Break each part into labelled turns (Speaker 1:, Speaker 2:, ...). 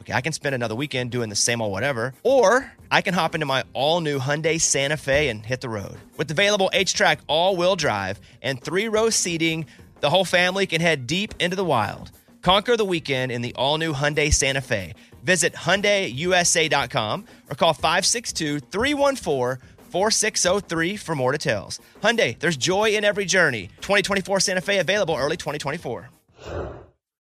Speaker 1: Okay, I can spend another weekend doing the same old whatever, or I can hop into my all new Hyundai Santa Fe and hit the road. With available H track all wheel drive and three row seating, the whole family can head deep into the wild. Conquer the weekend in the all new Hyundai Santa Fe. Visit HyundaiUSA.com or call 562 314 4603 for more details. Hyundai, there's joy in every journey. 2024 Santa Fe available early 2024.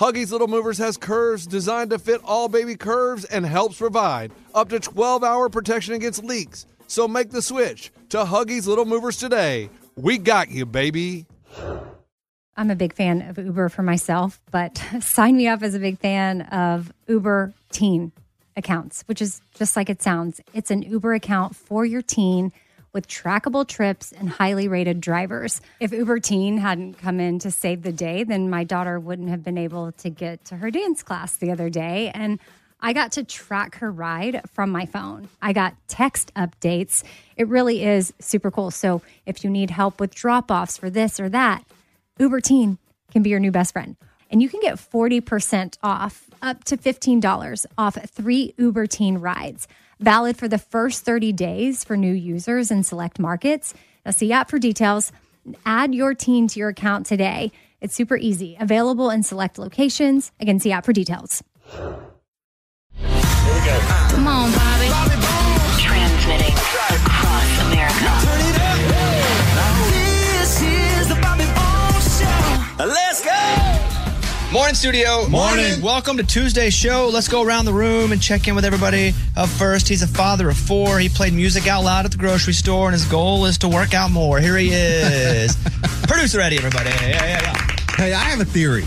Speaker 2: Huggies Little Movers has curves designed to fit all baby curves and helps provide up to 12 hour protection against leaks. So make the switch to Huggies Little Movers today. We got you, baby.
Speaker 3: I'm a big fan of Uber for myself, but sign me up as a big fan of Uber Teen accounts, which is just like it sounds. It's an Uber account for your teen with trackable trips and highly rated drivers. If Uber Teen hadn't come in to save the day, then my daughter wouldn't have been able to get to her dance class the other day. And I got to track her ride from my phone. I got text updates. It really is super cool. So if you need help with drop offs for this or that, Uber Teen can be your new best friend. And you can get 40% off, up to $15 off three Uber Teen rides, valid for the first 30 days for new users in select markets. Now, see app for details. Add your teen to your account today. It's super easy, available in select locations. Again, see app for details.
Speaker 4: Come on, Bobby. Transmitting across America. This is the Bobby Bones Show.
Speaker 1: Let's go! Morning, studio.
Speaker 5: Morning.
Speaker 1: Welcome to Tuesday's show. Let's go around the room and check in with everybody. Up first, he's a father of four. He played music out loud at the grocery store, and his goal is to work out more. Here he is. Producer Eddie, everybody. Yeah, yeah, yeah.
Speaker 5: Hey, I have a theory.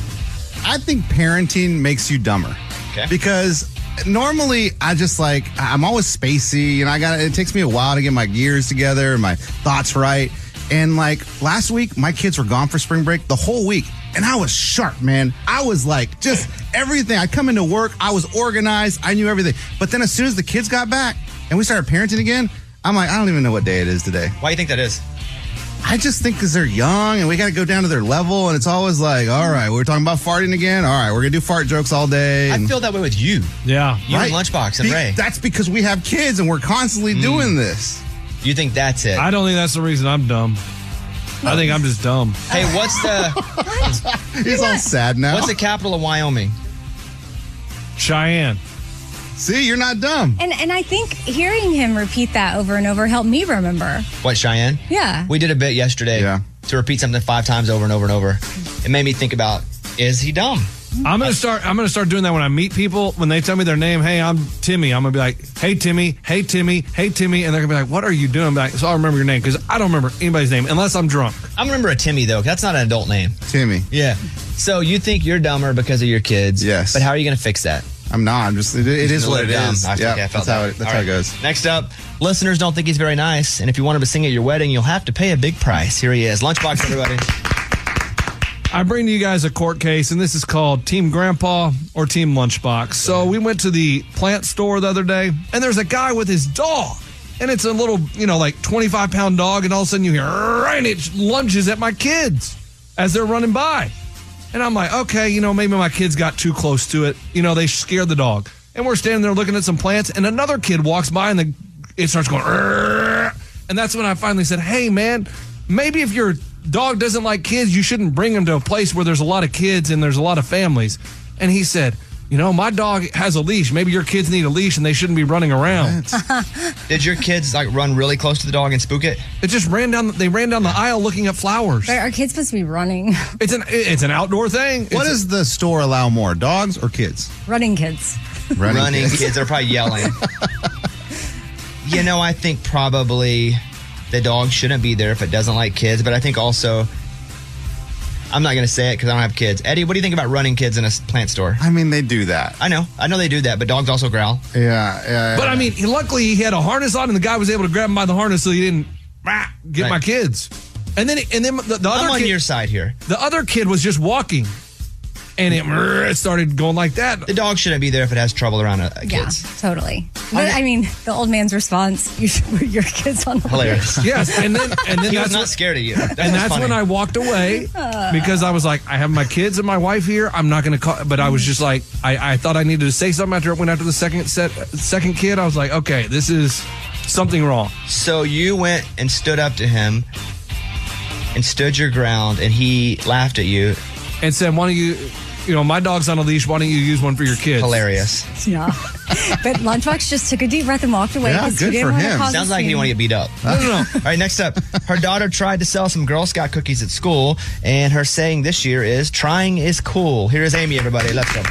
Speaker 5: I think parenting makes you dumber.
Speaker 1: Okay.
Speaker 5: Because normally I just like I- I'm always spacey and I got it takes me a while to get my gears together and my thoughts right. And like last week my kids were gone for spring break the whole week and I was sharp, man. I was like just everything. I come into work, I was organized, I knew everything. But then as soon as the kids got back and we started parenting again, I'm like I don't even know what day it is today.
Speaker 1: Why do you think that is?
Speaker 5: I just think because they're young and we got to go down to their level, and it's always like, all right, we're talking about farting again. All right, we're gonna do fart jokes all day.
Speaker 1: I
Speaker 5: and-
Speaker 1: feel that way with you.
Speaker 6: Yeah.
Speaker 1: You and Lunchbox and
Speaker 5: Be-
Speaker 1: Ray. Mm.
Speaker 5: That's because we have kids and we're constantly doing this.
Speaker 1: you think that's it?
Speaker 6: I don't think that's the reason I'm dumb. I think I'm just dumb.
Speaker 1: hey, what's the
Speaker 5: He's all sad now.
Speaker 1: what's the capital of Wyoming?
Speaker 6: Cheyenne.
Speaker 5: See, you're not dumb.
Speaker 3: And, and I think hearing him repeat that over and over helped me remember.
Speaker 1: What Cheyenne?
Speaker 3: Yeah.
Speaker 1: We did a bit yesterday.
Speaker 5: Yeah.
Speaker 1: To repeat something five times over and over and over, it made me think about: Is he dumb?
Speaker 6: I'm gonna start. I'm gonna start doing that when I meet people. When they tell me their name, hey, I'm Timmy. I'm gonna be like, hey, Timmy. Hey, Timmy. Hey, Timmy. And they're gonna be like, what are you doing? I'm like, so I'll remember your name because I don't remember anybody's name unless I'm drunk.
Speaker 1: I remember a Timmy though. 'cause That's not an adult name.
Speaker 5: Timmy,
Speaker 1: Yeah. So you think you're dumber because of your kids?
Speaker 5: Yes.
Speaker 1: But how are you going to fix that?
Speaker 5: I'm not. I'm just. It, it is what it
Speaker 1: Dumb.
Speaker 5: is.
Speaker 1: I-
Speaker 5: Yeah,
Speaker 1: okay, I
Speaker 5: that's
Speaker 1: felt
Speaker 5: how
Speaker 1: that.
Speaker 5: it, that's
Speaker 1: All
Speaker 5: how
Speaker 1: right.
Speaker 5: it goes.
Speaker 1: Next up, listeners don't think he's very nice, and if you want him to sing at your wedding, you'll have to pay a big price. Here he is, Lunchbox, everybody.
Speaker 6: I bring to you guys a court case, and this is called Team Grandpa or Team Lunchbox. So we went to the plant store the other day, and there's a guy with his dog. And it's a little, you know, like 25 pound dog, and all of a sudden you hear, "Rrrr," and it lunges at my kids as they're running by.
Speaker 2: And I'm like, okay, you know, maybe my kids got too close to it. You know, they scared the dog. And we're standing there looking at some plants, and another kid walks by, and the, it starts going, "Rrrr." and that's when I finally said, hey, man, maybe if your dog doesn't like kids, you shouldn't bring him to a place where there's a lot of kids and there's a lot of families. And he said, you know, my dog has a leash. Maybe your kids need a leash and they shouldn't be running around.
Speaker 1: Did your kids like run really close to the dog and spook it?
Speaker 2: It just ran down. They ran down the aisle looking at flowers.
Speaker 3: Are kids supposed to be running?
Speaker 2: It's an it's an outdoor thing.
Speaker 5: What
Speaker 2: It's-
Speaker 5: does the store allow more, dogs or kids?
Speaker 3: running kids.
Speaker 1: Running, kids. They're probably yelling. you know, I think probably the dog shouldn't be there if it doesn't like kids, but I think also. I'm not going to say it because I don't have kids. Eddie, what do you think about running kids in a s- plant store?
Speaker 5: I mean, they do that.
Speaker 1: I know, I know they do that, but dogs also growl.
Speaker 5: Yeah, yeah.
Speaker 2: But I mean, he- luckily he had a harness on, and the guy was able to grab him by the harness, so he didn't rah, get
Speaker 1: Right.
Speaker 2: my kids. And then and then the, the
Speaker 1: I'm
Speaker 2: other
Speaker 1: on
Speaker 2: kid,
Speaker 1: your side here.
Speaker 2: the other kid was just walking, and it, rrr, it started going like that.
Speaker 1: The dog shouldn't be there if it has trouble around uh, kids.
Speaker 3: Yeah, totally. But I mean, the old man's response: you should put your kids on the
Speaker 1: Hilarious.
Speaker 2: Yes, and then and then
Speaker 1: He was
Speaker 2: that's
Speaker 1: not
Speaker 2: when-
Speaker 1: scared of you. That
Speaker 2: and
Speaker 1: was
Speaker 2: that's
Speaker 1: funny.
Speaker 2: when I walked away because I was like, I have my kids and my wife here. I'm not going to call. But I was just like, I, I thought I needed to say something after it went after the second set, second kid. I was like, okay, this is something wrong.
Speaker 1: So you went and stood up to him and stood your ground, and he laughed at you.
Speaker 2: And said, why don't you, you know, my dog's on a leash. Why don't you use one for your kids?
Speaker 1: Hilarious.
Speaker 3: Yeah. but Lunchbox just took a deep breath and walked away.
Speaker 5: Yeah,
Speaker 3: 'cause
Speaker 5: good
Speaker 3: he didn't
Speaker 5: for
Speaker 3: want
Speaker 5: him.
Speaker 3: To cause a
Speaker 1: Sounds like he
Speaker 3: scene.
Speaker 1: want to get beat up. No, no, no. All right, next up. Her daughter tried to sell some Girl Scout cookies at school, and her saying this year is trying is cool. Here is Amy, everybody. Let's go.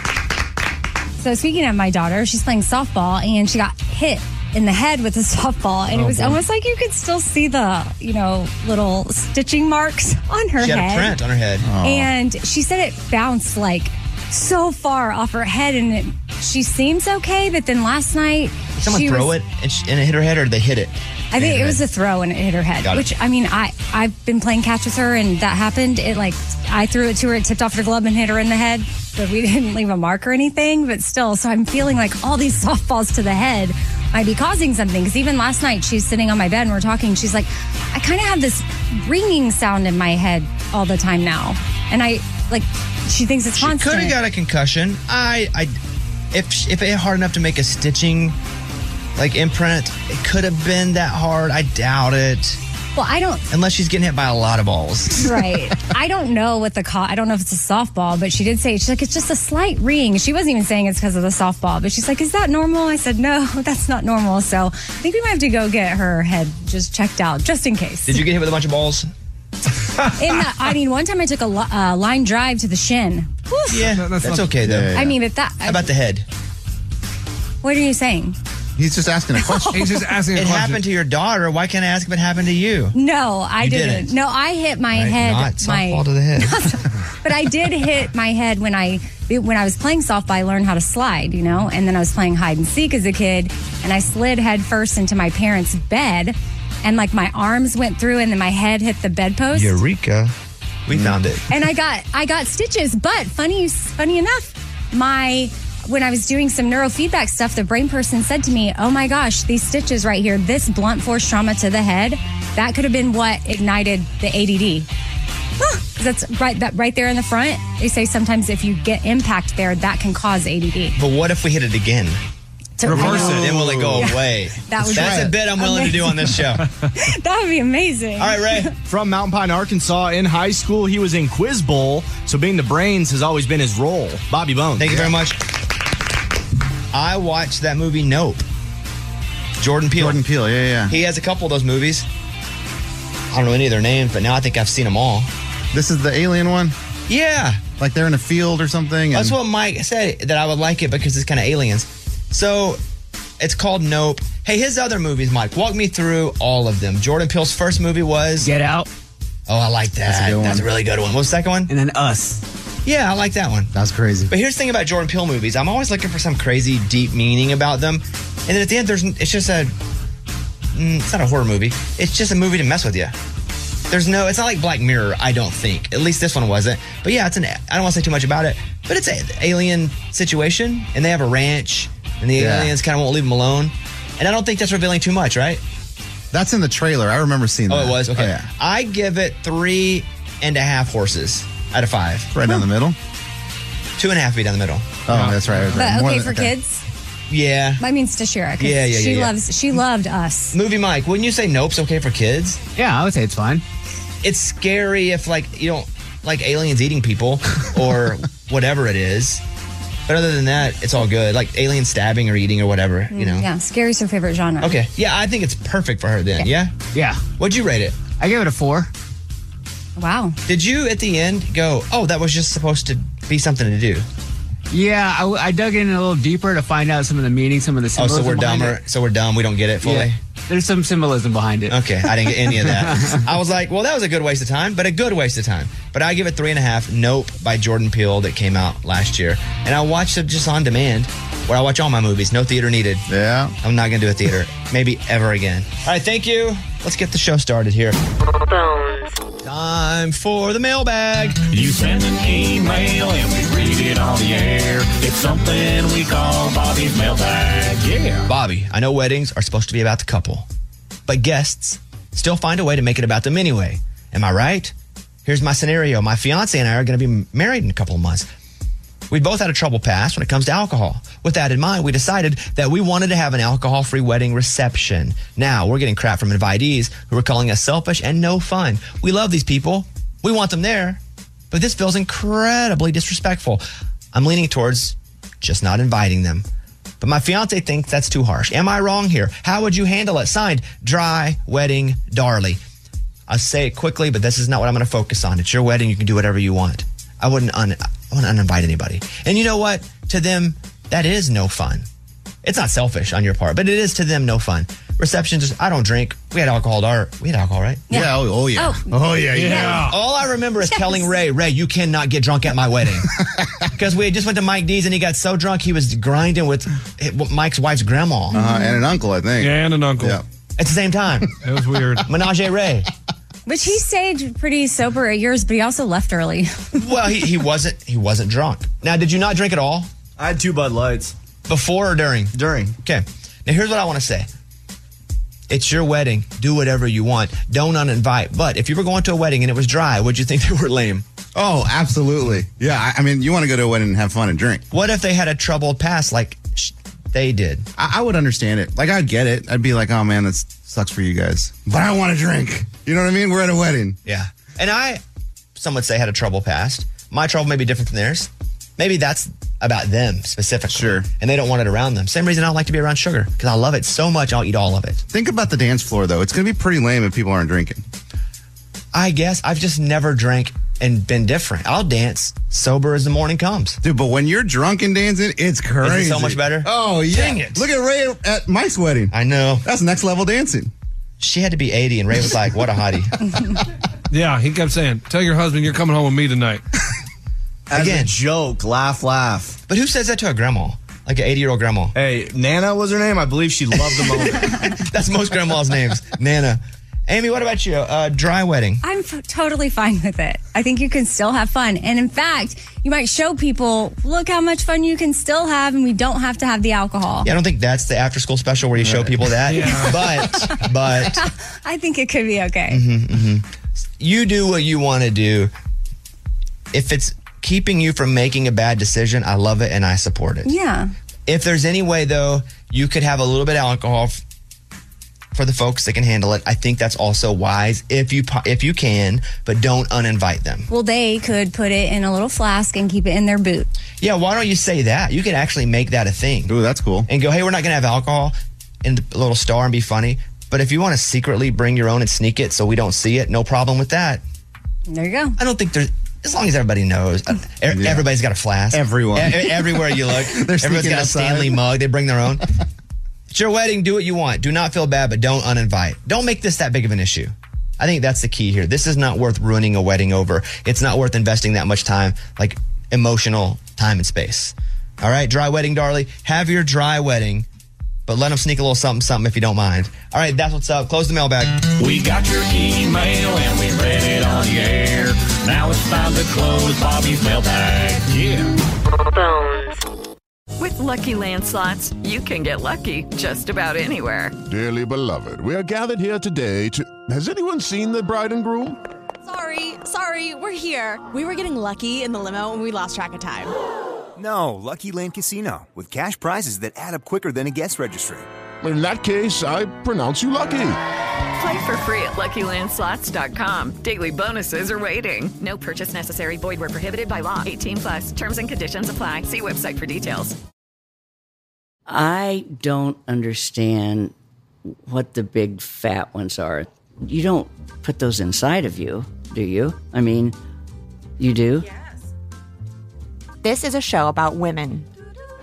Speaker 3: So speaking of my daughter, she's playing softball and she got hit in the head with a softball,
Speaker 1: Oh,
Speaker 3: and it was almost like you could still see the you know little stitching marks on her
Speaker 1: She
Speaker 3: head.
Speaker 1: had a print on her head.
Speaker 3: And she said it bounced like so far off her head, and it, she seems okay. But then last night,
Speaker 1: Did someone
Speaker 3: she
Speaker 1: throw
Speaker 3: was-
Speaker 1: it and, sh and it hit her head, or they hit it?
Speaker 3: I think
Speaker 1: Hit
Speaker 3: it
Speaker 1: her
Speaker 3: was a
Speaker 1: head.
Speaker 3: throw and it hit her head.
Speaker 1: Got it.
Speaker 3: which I mean, I I've been playing catch with her, and that happened. It like I threw it to her, it tipped off her glove and hit her in the head, but we didn't leave a mark or anything. But still, so I'm feeling like all these softballs to the head might be causing something. Because even last night, she's sitting on my bed and we're talking. She's like, I kind of have this ringing sound in my head all the time now, and I like she thinks it's
Speaker 1: She
Speaker 3: constant.
Speaker 1: could have got a concussion. I, I, if sh- if it hit hard enough to make a stitching like imprint, it could have been that hard. I doubt it.
Speaker 3: well, I don't.
Speaker 1: Unless she's getting hit by a lot of balls.
Speaker 3: Right. I don't know what the cause. I don't know if it's a softball, but she did say she's like it's just a slight ring. She wasn't even saying it's because of the softball, but she's like, "Is that normal?" I said, "No, that's not normal." So I think we might have to go get her head just checked out, just in case.
Speaker 1: Did you get hit with a bunch of balls?
Speaker 3: In the, I mean, one time I took a li- uh, line drive to the shin. Whew.
Speaker 1: Yeah,
Speaker 2: No, that's
Speaker 1: that's,
Speaker 2: not-
Speaker 1: okay though.
Speaker 5: Yeah, yeah.
Speaker 3: I mean, but that.
Speaker 1: How about the head?
Speaker 3: what are you saying?
Speaker 5: He's just asking a question.
Speaker 2: He's just asking. A
Speaker 1: It
Speaker 2: question.
Speaker 1: happened to your daughter. Why can't I ask if it happened to you?
Speaker 3: No, I
Speaker 1: You
Speaker 3: didn't.
Speaker 1: didn't.
Speaker 3: No, I hit my
Speaker 1: Right,
Speaker 3: head.
Speaker 1: Not
Speaker 3: my
Speaker 1: softball to the head.
Speaker 3: but I did hit my head when I when I was playing softball. I learned how to slide, you know, and then I was playing hide and seek as a kid, and I slid headfirst into my parents' bed, and like my arms went through, and then my head hit the bedpost,
Speaker 1: Eureka! We found it.
Speaker 3: and I got I got stitches. But funny funny enough, my when I was doing some neurofeedback stuff, the brain person said to me, "Oh my gosh, these stitches right here, this blunt force trauma to the head, that could have been what ignited the ADD." Huh, 'cause That's right. That right there in the front. They say sometimes if you get impact there, that can cause ADD.
Speaker 1: But what if we hit it again?
Speaker 3: So-
Speaker 2: Reverse
Speaker 3: I know.
Speaker 1: Then will it go
Speaker 3: Yeah.
Speaker 1: away?
Speaker 3: That was
Speaker 1: That's
Speaker 3: right.
Speaker 1: a bit I'm willing to do on this show. All
Speaker 3: That would be amazing.
Speaker 1: right, Ray.
Speaker 7: From Mountain Pine, Arkansas, in high school, he was in Quiz Bowl, so being the brains has always been his role. Bobby Bones.
Speaker 1: Thank you very much. I watched that movie Nope. Jordan Peele.
Speaker 5: Jordan Peele, yeah, yeah.
Speaker 1: He has a couple of those movies. I don't know any of their names, but now I think I've seen them all.
Speaker 5: This is the alien one.
Speaker 1: Yeah.
Speaker 5: Like they're in a field or something. And
Speaker 1: That's what Mike said that I would like it because it's kind of aliens. So it's called Nope. Hey, his other movies, Mike. Walk me through all of them. Jordan Peele's first movie was
Speaker 8: Get out,
Speaker 1: Oh, I like that. That's
Speaker 5: good
Speaker 1: a,
Speaker 5: one.
Speaker 1: really good one. What was the second one?
Speaker 8: and then us.
Speaker 1: Yeah, I like that one.
Speaker 5: That's crazy.
Speaker 1: But here's the thing about Jordan Peele movies. I'm always looking for some crazy deep meaning about them. And then at the end there's it's just a mm, it's not a horror movie. It's just a movie to mess with you. There's no it's not like Black Mirror, I don't think. At least this one wasn't. But yeah, it's an I don't want to say too much about it, but it's an alien situation and they have a ranch and the
Speaker 5: Yeah.
Speaker 1: aliens kind of won't leave them alone. And I don't think that's revealing too much, right?
Speaker 5: That's in the trailer. I remember seeing
Speaker 1: Oh,
Speaker 5: that.
Speaker 1: it was? Okay.
Speaker 5: yeah.
Speaker 1: I give it three and a half horses. out of five.
Speaker 5: Right down the middle.
Speaker 1: Two and a half feet down the middle.
Speaker 5: Oh, that's right. that's right.
Speaker 3: But
Speaker 5: More
Speaker 3: okay
Speaker 5: than-
Speaker 3: for kids.
Speaker 1: Yeah.
Speaker 3: That means to Shira. 'cause
Speaker 1: Yeah, yeah, yeah,
Speaker 3: She
Speaker 1: yeah.
Speaker 3: loves. She loved us.
Speaker 1: Movie Mike, wouldn't you say nope's okay for kids?
Speaker 9: Yeah, I would say it's fine.
Speaker 1: It's scary if like you don't like aliens eating people or whatever it is. But other than that, it's all good. Like alien stabbing or eating or whatever, you know.
Speaker 3: Yeah, scary's her favorite genre.
Speaker 1: Okay. Yeah, I think it's perfect for her then. Yeah.
Speaker 9: Yeah,
Speaker 1: What'd you rate it?
Speaker 9: I gave it a four.
Speaker 3: Wow.
Speaker 1: Did you at the end go, "Oh, that was just supposed to be something to do"?
Speaker 9: Yeah, I, w- I dug in a little deeper to find out some of the meaning, some of the
Speaker 1: Oh,
Speaker 9: symbolism.
Speaker 1: so we're
Speaker 9: behind
Speaker 1: dumber. So we're dumb. We don't get it
Speaker 9: it.
Speaker 1: fully.
Speaker 9: Yeah, there's some symbolism behind it.
Speaker 1: Okay, I didn't get any of that. I was like, well, that was a good waste of time, but a good waste of time. But I give it three and a half. Nope by Jordan Peele that came out last year, and I watched it just on demand, where I watch all my movies. No theater needed.
Speaker 5: Yeah.
Speaker 1: I'm not gonna do a theater, maybe ever again. All right, thank you. Let's get the show started here. Time for the mailbag.
Speaker 10: You send an email and we read it on the air. It's something we call Bobby's mailbag. Yeah.
Speaker 1: Bobby, I know weddings are supposed to be about the couple, but guests still find a way to make it about them anyway. Am I right? Here's my scenario my fiance and I are going to be married in a couple of months. We both had a trouble past when it comes to alcohol. With that in mind, we decided that we wanted to have an alcohol free wedding reception. Now we're getting crap from invitees who are calling us selfish and no fun. We love these people, we want them there, but this feels incredibly disrespectful. I'm leaning towards just not inviting them. But my fiance thinks that's too harsh. Am I wrong here? How would you handle it? Signed, Dry Wedding Darley. I'll say it quickly, but this is not what I'm going to focus on. It's your wedding. You can do whatever you want. I wouldn't, un- I wouldn't uninvite anybody. And you know what? To them, that is no fun. It's not selfish on your part, but it is to them no fun. Receptions, just- I don't drink. We had alcohol. Our, we had alcohol, right?
Speaker 5: Yeah. Oh, oh, yeah.
Speaker 3: Oh.
Speaker 5: Oh, yeah. Yeah.
Speaker 1: All I remember is
Speaker 3: Yes.
Speaker 1: telling Ray, Ray, you cannot get drunk at my wedding. Because we had just went to Mike D's and he got so drunk he was grinding with eh, Mike's wife's grandma
Speaker 5: Uh, and an uncle, I think.
Speaker 2: Yeah, and an uncle.
Speaker 5: Yeah.
Speaker 1: at the same time.
Speaker 2: It was weird.
Speaker 1: Menage a Ray.
Speaker 3: Which he stayed pretty sober at yours, but he also left early.
Speaker 1: Well, he, he wasn't he wasn't drunk. Now, did you not drink at all
Speaker 11: I had two Bud Lights
Speaker 1: before or during?
Speaker 11: during.
Speaker 1: Okay. Now here's what I want to say. It's your wedding. Do whatever you want. Don't uninvite. But if you were going to a wedding and it was dry, would you think they were lame?
Speaker 5: Oh, absolutely. Yeah. I, I mean, you want to go to a wedding and have fun and drink.
Speaker 1: What if they had a troubled past like sh- they did?
Speaker 5: I, I would understand it. Like, I'd get it. I'd be like, oh, man, that sucks for you guys. But I want to drink. You know what I mean? We're at a wedding.
Speaker 1: Yeah. And I, some would say, had a trouble past. My trouble may be different from theirs. Maybe that's about them specifically.
Speaker 5: Sure.
Speaker 1: And they don't want it around them. Same reason I don't like to be around sugar because I love it so much. I'll eat all of it.
Speaker 5: Think about the dance floor, though. It's going to be pretty lame if people aren't drinking.
Speaker 1: I guess I've just never drank and been different. I'll dance sober as the morning comes.
Speaker 5: Dude, but when you're drunk and dancing, it's crazy.
Speaker 1: so much better?
Speaker 5: Oh, yeah.
Speaker 1: Dang it.
Speaker 5: Look at Ray at Mike's wedding.
Speaker 1: I know.
Speaker 5: That's next level dancing.
Speaker 1: She had to be 80, and Ray was like, what a hottie.
Speaker 2: Yeah, he kept saying, "Tell your husband you're coming home with me tonight."
Speaker 11: As
Speaker 1: Again.
Speaker 11: a joke, laugh, laugh.
Speaker 1: But who says that to a grandma? Like an 80 year old grandma?
Speaker 11: Hey, Nana was her name. I believe she loved the moment.
Speaker 1: That's most grandma's names. Nana. Amy, what about you? Uh, dry wedding.
Speaker 3: I'm f- totally fine with it. I think you can still have fun. And in fact, you might show people, look how much fun you can still have, and we don't have to have the alcohol.
Speaker 1: Yeah, I don't think that's the after school special where you show people that. But, but. mm-hmm,
Speaker 3: I think it could be okay.
Speaker 1: you do what you want to do. If it's keeping you from making a bad decision, I love it and I support it.
Speaker 3: Yeah.
Speaker 1: If there's any way though, you could have a little bit of alcohol f- for the folks that can handle it. I think that's also wise if you po- if you can, but don't uninvite them.
Speaker 3: Well, they could put it in a little flask and keep it in their boot.
Speaker 1: Yeah, why don't you say that? You could actually make that a thing
Speaker 5: Ooh, that's cool.
Speaker 1: and go, "Hey, we're not going to have alcohol," and a little star and be funny. But if you want to secretly bring your own and sneak it so we don't see it, no problem with that.
Speaker 3: There you go.
Speaker 1: I don't think there's. As long as everybody knows, uh, e- everybody's got a flask.
Speaker 5: Everyone.
Speaker 1: E- everywhere you look, everyone's
Speaker 5: sneaking
Speaker 1: got a
Speaker 5: outside.
Speaker 1: Stanley mug. They bring their own. it's your wedding. Do what you want. Do not feel bad, but don't uninvite. Don't make this that big of an issue. I think that's the key here. This is not worth ruining a wedding over. It's not worth investing that much time, like emotional time and space. All right, dry wedding, Darley. Have your dry wedding, but let them sneak a little something, something if you don't mind. All right, that's what's up. Close the mailbag.
Speaker 10: We got your email and we read it on the air. Now it's time to close Bobby's mailbag. Yeah.
Speaker 12: With Lucky Land slots, you can get lucky just about anywhere.
Speaker 13: Dearly beloved, we are gathered here today to. Has anyone seen the bride and groom? Sorry, sorry, we're here. We were getting lucky in the limo and we lost track of time.
Speaker 14: No, Lucky Land Casino, with cash prizes that add up quicker than a guest registry.
Speaker 15: In that case, I pronounce you lucky.
Speaker 12: Play for free at LuckyLandSlots.com. Daily bonuses are waiting. No purchase necessary. Void where prohibited by law. 18 plus terms and conditions apply. See website for details.
Speaker 16: I don't understand what the big fat ones are. You don't put those inside of you, do you? I mean, you do?
Speaker 17: This is a show about women.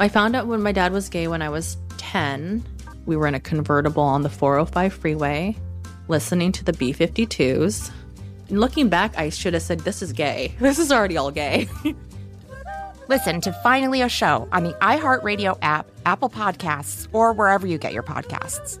Speaker 18: I found out when my dad was gay when I was 10. We were in a convertible on the 405 freeway, listening to the B 52s. Looking back, I should have said, This is gay. This is already all gay.
Speaker 17: Listen to Finally a Show on the iHeartRadio app, Apple Podcasts, or wherever you get your podcasts.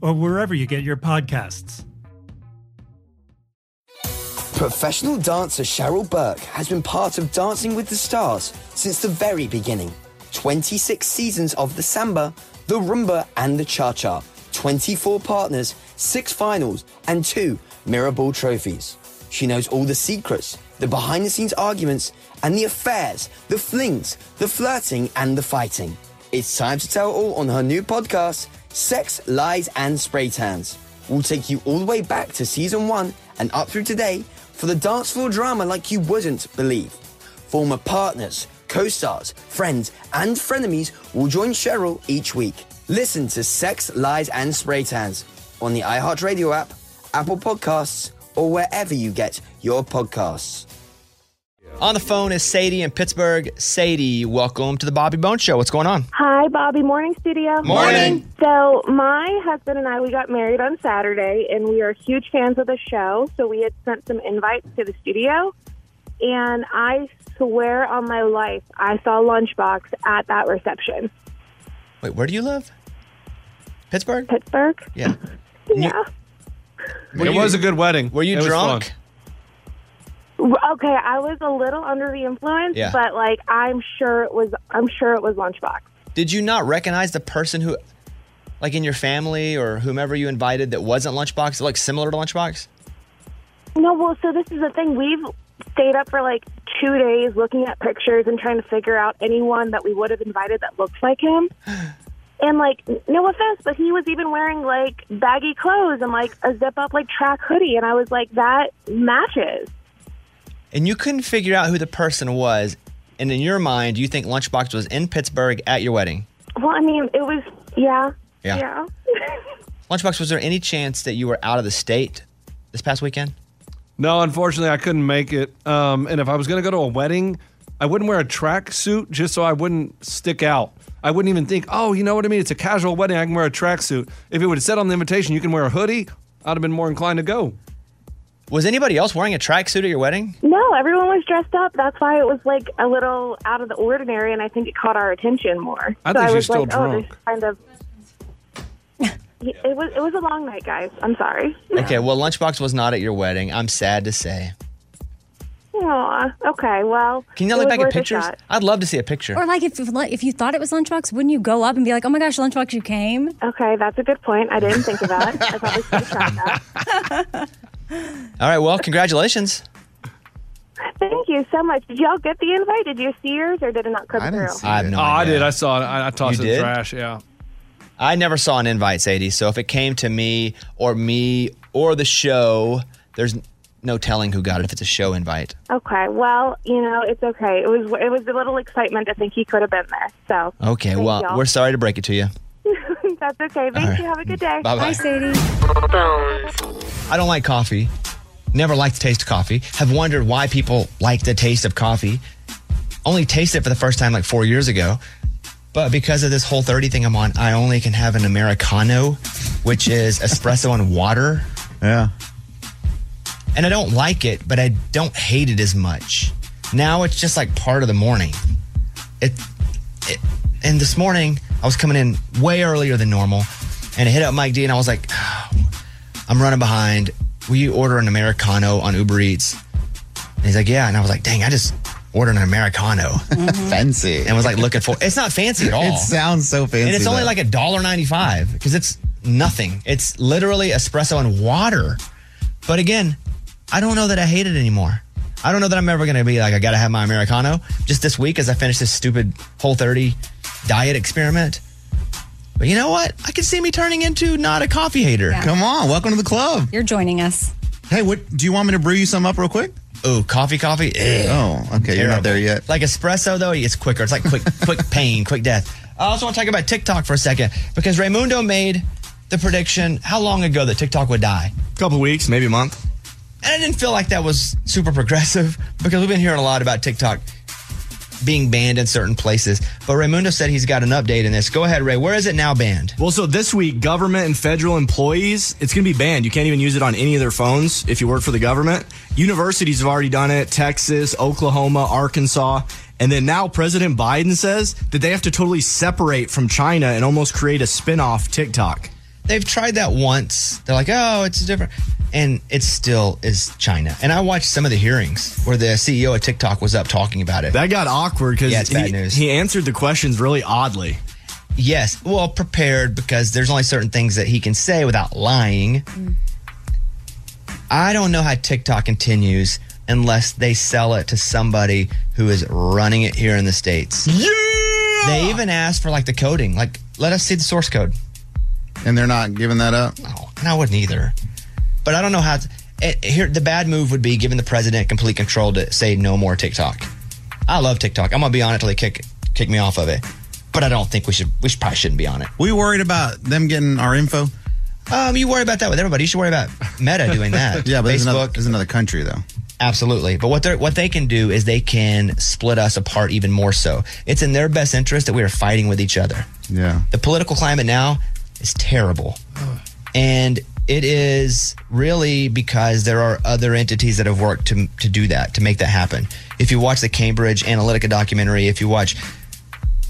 Speaker 19: or wherever you get your podcasts.
Speaker 20: Professional dancer Cheryl Burke has been part of Dancing with the Stars since the very beginning. 26 seasons of the samba, the rumba, and the cha cha. 24 partners, 6 finals, and 2 Mirrorball trophies. She knows all the secrets, the behind the scenes arguments, and the affairs, the flings, the flirting, and the fighting. It's time to tell all on her new podcast, Sex, Lies, and Spray Tans. We'll take you all the way back to season one and up through today for the dance floor drama like you wouldn't believe. Former partners, co stars, friends, and frenemies will join Cheryl each week. Listen to Sex, Lies, and Spray Tans on the iHeartRadio app, Apple Podcasts, or wherever you get your podcasts.
Speaker 1: On the phone is Sadie in Pittsburgh. Sadie, welcome to the Bobby Bone Show. What's going on?
Speaker 21: Hi, Bobby. Morning, studio.
Speaker 1: Morning.
Speaker 21: So, my husband and I, we got married on Saturday, and we are huge fans of the show. So, we had sent some invites to the studio, and I swear on my life, I saw Lunchbox at that reception.
Speaker 1: Wait, where do you live? Pittsburgh?
Speaker 21: Pittsburgh?
Speaker 1: Yeah.
Speaker 21: Yeah.
Speaker 22: it was a good wedding.
Speaker 1: Were you
Speaker 22: It was
Speaker 1: drunk?
Speaker 22: fun.
Speaker 21: Okay, I was a little under the influence,
Speaker 1: Yeah.
Speaker 21: but like I'm sure it was I'm sure it was Lunchbox.
Speaker 1: Did you not recognize the person who, like in your family or whomever you invited that wasn't Lunchbox, that looked similar to Lunchbox?
Speaker 21: No, well, so this is the thing. We've stayed up for like two days looking at pictures and trying to figure out anyone that we would have invited that looked like him. And like, no offense, but he was even wearing like baggy clothes and like a zip up like track hoodie, and I was like, that matches.
Speaker 1: And you couldn't figure out who the person was. And in your mind, you think Lunchbox was in Pittsburgh at your wedding.
Speaker 21: Well, I mean, it was yeah,
Speaker 1: Yeah. Lunchbox, was there any chance that you were out of the state this past weekend?
Speaker 22: No, unfortunately, I couldn't make it. Um, and if I was going to go to a wedding, I wouldn't wear a tracksuit just so I wouldn't stick out. I wouldn't even think, oh, you know what I mean? It's a casual wedding. I can wear a tracksuit. If it would have said on the invitation, you can wear a hoodie, I'd have been more inclined to go.
Speaker 1: Was anybody else wearing a tracksuit at your wedding?
Speaker 21: No, everyone was dressed up. That's why it was like a little out of the ordinary, and I think it caught our attention more.
Speaker 1: I
Speaker 21: so
Speaker 1: think
Speaker 21: I
Speaker 1: she's
Speaker 21: was
Speaker 1: still
Speaker 21: like, oh,
Speaker 1: drunk.
Speaker 21: this is kind of. It was it was a long night, guys. I'm sorry.
Speaker 1: Okay, well, Lunchbox was not at your wedding. I'm sad to say.
Speaker 21: Aw, okay. Well,
Speaker 1: Can you not
Speaker 21: it
Speaker 1: look
Speaker 21: was
Speaker 1: back at
Speaker 21: worth a
Speaker 1: pictures?
Speaker 21: shot.
Speaker 1: I'd love to see a picture.
Speaker 3: Or like if if you thought it was lunchbox, wouldn't you go up and be like, "Oh my gosh, lunchbox, you came"?
Speaker 21: Okay, that's a good point. I didn't think of that. I probably should have tried that.
Speaker 1: All right, well, congratulations.
Speaker 21: Thank you so much. Did y'all get the invite? Did you see yours, or did it not come through?
Speaker 1: I have no
Speaker 2: oh, I did. I saw it. I, I tossed
Speaker 1: You
Speaker 2: it in the
Speaker 1: did?
Speaker 2: trash. Yeah.
Speaker 1: I never saw an invite, Sadie. So if it came to me or me or the show, there's no telling who got it if it's a show invite.
Speaker 21: Okay. Well, you know, it's okay. It was it was a little excitement to think he could have been there. So
Speaker 1: Okay,
Speaker 21: Thank
Speaker 1: well,
Speaker 21: y'all.
Speaker 1: we're sorry to break it to you.
Speaker 21: that's okay. Thank
Speaker 1: right.
Speaker 21: you. Have a good day.
Speaker 1: Bye-bye. Bye,
Speaker 21: Sadie.
Speaker 1: I don't like coffee. Never liked the taste of coffee. Have wondered why people like the taste of coffee. Only tasted it for the first time like four years ago. But because of this whole 30 thing I'm on, I only can have an Americano, which is espresso and water. Yeah. And I don't like it, but I don't hate it as much. Now it's just like part of the morning. It, it and this morning I was coming in way earlier than normal and I hit up Mike D and I was like, I'm running behind. Will you order an Americano on Uber Eats? And he's like, Yeah. And I was like, Dang, I just ordered an Americano. fancy. And was like looking for it's not fancy at all.
Speaker 5: It sounds so fancy.
Speaker 1: And it's only
Speaker 5: though.
Speaker 1: like a dollar ninety five because it's nothing. It's literally espresso and water. But again, I don't know that I hate it anymore. I don't know that I'm ever gonna be like, I gotta have my Americano. Just this week as I finish this stupid whole 30 diet experiment. But you know what? I can see me turning into not a coffee hater.
Speaker 3: Yeah.
Speaker 5: Come on, welcome to the club.
Speaker 3: You're joining us.
Speaker 5: Hey, what do you want me to brew you some up real quick?
Speaker 1: Oh, coffee, coffee.
Speaker 5: Oh, okay, you're not there yet.
Speaker 1: Like espresso though, it's quicker. It's like quick, quick pain, quick death. I also want to talk about TikTok for a second because Raymundo made the prediction how long ago that TikTok would die. A couple weeks, maybe a month. And I didn't feel like that was super progressive because we've been hearing a lot about TikTok being banned in certain places. But Raymundo said he's got an update in this. Go ahead, Ray. Where is it now banned?
Speaker 11: Well, so this week, government and federal employees, it's going to be banned. You can't even use it on any of their phones if you work for the government. Universities have already done it Texas, Oklahoma, Arkansas. And then now President Biden says that they have to totally separate from China and almost create a spin off TikTok.
Speaker 1: They've tried that once. They're like, oh, it's different. And it still is China. And I watched some of the hearings where the CEO of TikTok was up talking about it.
Speaker 11: That got awkward because
Speaker 1: Yeah, it's bad
Speaker 11: he,
Speaker 1: news.
Speaker 11: he answered the questions really oddly.
Speaker 1: Yes. Well, prepared because there's only certain things that he can say without lying. I don't know how TikTok continues unless they sell it to somebody who is running it here in the States. Yeah. They even asked for like the coding, like, let us see the source code.
Speaker 5: And they're not giving that up?
Speaker 1: No, and I wouldn't either. But I don't know how. To, it, here, the bad move would be giving the president complete control to say no more TikTok. I love TikTok. I'm gonna be on it till they kick kick me off of it. But I don't think we should. We should, probably shouldn't be on it.
Speaker 5: We worried about them getting our info.
Speaker 1: Um, you worry about that with everybody. You should worry about Meta doing that.
Speaker 5: yeah, but there's another,
Speaker 1: Facebook.
Speaker 5: there's another country though.
Speaker 1: Absolutely. But what they are what they can do is they can split us apart even more so. It's in their best interest that we are fighting with each other.
Speaker 5: Yeah.
Speaker 1: The political climate now is terrible. And it is really because there are other entities that have worked to to do that, to make that happen. If you watch the Cambridge Analytica documentary, if you watch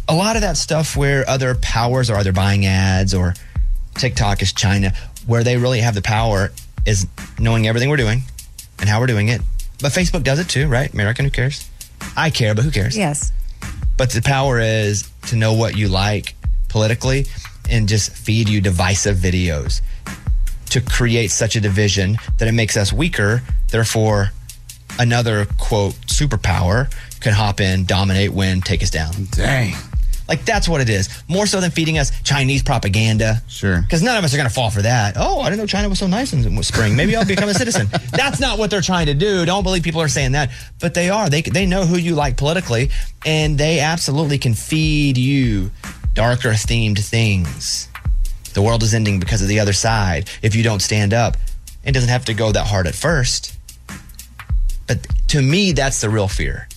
Speaker 1: a lot of that stuff where other powers are either buying ads or TikTok is China, where they really have the power is knowing everything we're doing and how we're doing it. But Facebook does it too, right? American, who cares? I care, but who cares?
Speaker 3: Yes.
Speaker 1: But the power is to know what you like politically and just feed you divisive videos to create such a division that it makes us weaker. Therefore, another quote superpower can hop in, dominate, win, take us down. Dang. Like that's what it is. More so than feeding us Chinese propaganda. Sure. Because none of us are going to fall for that. Oh, I didn't know China was so nice in the spring. Maybe I'll become a citizen. That's not what they're trying to do. Don't believe people are saying that. But they are. They they know who you like politically, and they absolutely can feed you darker themed things. The world is ending because of the other side. If you don't stand up, it doesn't have to go that hard at first. But to me, that's the real fear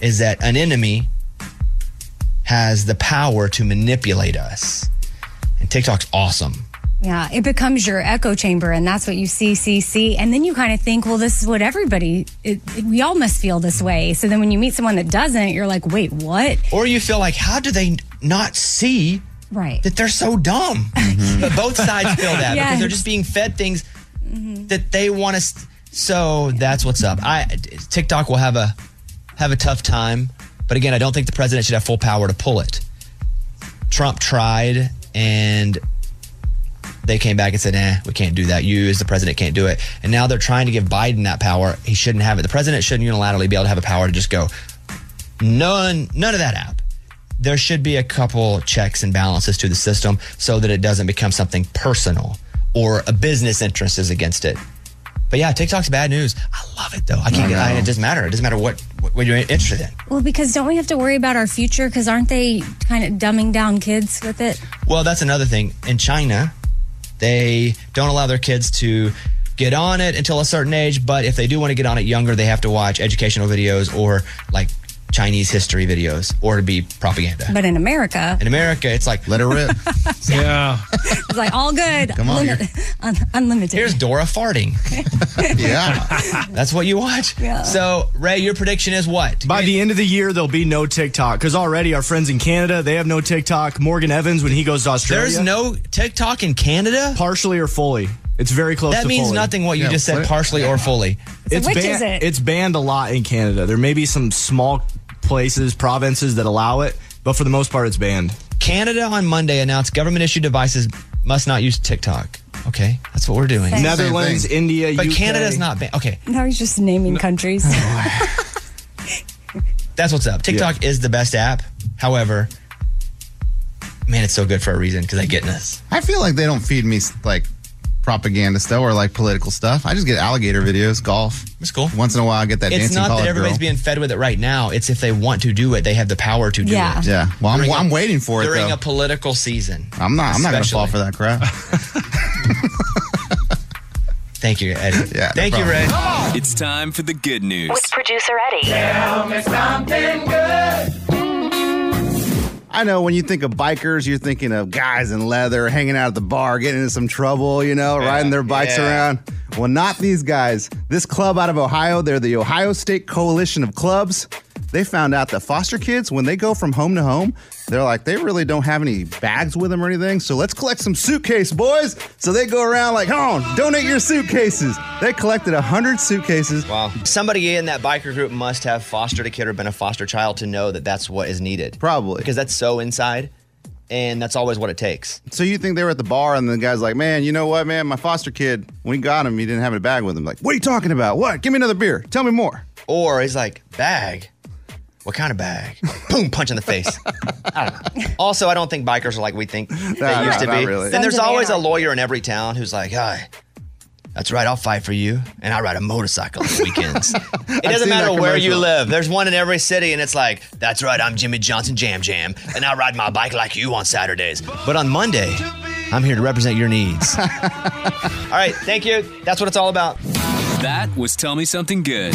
Speaker 1: is that an enemy has the power to manipulate us. And TikTok's awesome.
Speaker 3: Yeah, it becomes your echo chamber, and that's what you see, see, see. And then you kind of think, well, this is what everybody, it, it- we all must feel this way. So then when you meet someone that doesn't, you're like, wait, what?
Speaker 1: Or you feel like, how do they not see
Speaker 3: Right.
Speaker 1: that they're so dumb. but both sides feel that because they're just being fed things that they want to. St- so that's what's up. I TikTok will have a have a tough time, but again, I don't think the president should have full power to pull it. Trump tried, and they came back and said, "Nah, we can't do that. You, as the president, can't do it." And now they're trying to give Biden that power. He shouldn't have it. The president shouldn't unilaterally be able to have a power to just go, none, none of that app there should be a couple checks and balances to the system so that it doesn't become something personal or a business interest is against it. But yeah, TikTok's bad news. I love it though. I can't. get I it doesn't matter. It doesn't matter what what, what you're interested in.
Speaker 3: Well, because don't we have to worry about our future? Because aren't they kind of dumbing down kids with it?
Speaker 1: Well, that's another thing. In China, they don't allow their kids to get on it until a certain age, but if they do want to get on it younger, they have to watch educational videos or like Chinese history videos or to be propaganda.
Speaker 3: But in America,
Speaker 1: In America, it's like let her rip. yeah.
Speaker 3: it's like all good,
Speaker 1: Come on,
Speaker 3: limit- un- unlimited.
Speaker 1: Here's Dora farting. yeah. That's what you watch.
Speaker 3: Yeah.
Speaker 1: So, Ray, your prediction is what?
Speaker 11: By the end of the year, there'll be no TikTok because already our friends in Canada they have no TikTok. Morgan Evans when he goes to Australia,
Speaker 1: There's no TikTok in Canada,
Speaker 11: partially or fully. It's very close.
Speaker 1: That
Speaker 11: to
Speaker 1: means
Speaker 11: fully.
Speaker 1: nothing what you Yeah, just said, what- partially or fully.
Speaker 3: So which
Speaker 11: ban-
Speaker 3: is it?
Speaker 11: It's banned a lot in Canada. There may be some small places, provinces that allow it, but for the most part, it's banned.
Speaker 1: Canada on Monday announced government issued devices must not use TikTok. Okay, that's what we're doing.
Speaker 11: Same. Netherlands, Same thing. India,
Speaker 1: but
Speaker 11: UK.
Speaker 1: Canada's not banned. Okay,
Speaker 3: Now he's just naming countries.
Speaker 1: that's what's up. TikTok is the best app. However, man, it's so good for a reason because I get in this.
Speaker 5: I feel like they don't feed me like propaganda stuff or like political stuff. I just get alligator videos, golf.
Speaker 1: It's cool.
Speaker 5: Once in a while, I get that
Speaker 1: it's
Speaker 5: dancing
Speaker 1: not
Speaker 5: college
Speaker 1: that everybody's
Speaker 5: girl.
Speaker 1: being fed with it right now. It's if they want to do it, they have the power to do
Speaker 5: Yeah.
Speaker 1: it.
Speaker 5: Yeah. Well, I'm-
Speaker 1: During
Speaker 5: I'm waiting for it,
Speaker 1: during
Speaker 5: though.
Speaker 1: a political season.
Speaker 5: I'm not. I'm not gonna fall for that crap.
Speaker 1: Thank you, Eddie. yeah. Thank you, Ray.
Speaker 23: It's time for the good news.
Speaker 4: With producer Eddie. Tell me something
Speaker 5: good. I know when you think of bikers, you're thinking of guys in leather hanging out at the bar, getting into some trouble, you know, riding their bikes
Speaker 9: yeah.
Speaker 5: around. Well, not these guys. This club out of Ohio, they're the Ohio State Coalition of Clubs. They found out that foster kids, when they go from home to home, they're like, they really don't have any bags with them or anything. So let's collect some suitcase, boys. So they go around like, oh, donate your suitcases. They collected 100 suitcases.
Speaker 1: Wow. Somebody in that biker group must have fostered a kid or been a foster child to know that that's what is needed.
Speaker 5: Probably.
Speaker 1: Because that's so inside, and that's always what it takes.
Speaker 5: So you think they were at the bar and the guy's like, man, you know what, man? My foster kid, when he got him, he didn't have a bag with him. Like, what are you talking about? What? Give me another beer. Tell me more.
Speaker 1: Or he's like, bag? What kind of bag? Boom, punch in the face. I don't know. Also, I don't think bikers are like we think they
Speaker 5: No,
Speaker 1: used
Speaker 5: no,
Speaker 1: to be.
Speaker 5: not really.
Speaker 1: And there's
Speaker 5: Sons of
Speaker 1: always a lawyer in every town who's like, hi. That's right. I'll fight for you, and I ride a motorcycle on the weekends. it
Speaker 10: I've
Speaker 1: doesn't
Speaker 10: seen
Speaker 1: matter
Speaker 10: that
Speaker 1: where you
Speaker 10: commercial.
Speaker 1: live. There's one in every city, and it's like, that's right. I'm Jimmy Johnson Jam Jam, and I ride my bike like you on Saturdays. But on Monday, I'm here to represent your needs. all right. Thank you. That's what it's all about.
Speaker 23: That was Tell Me Something Good.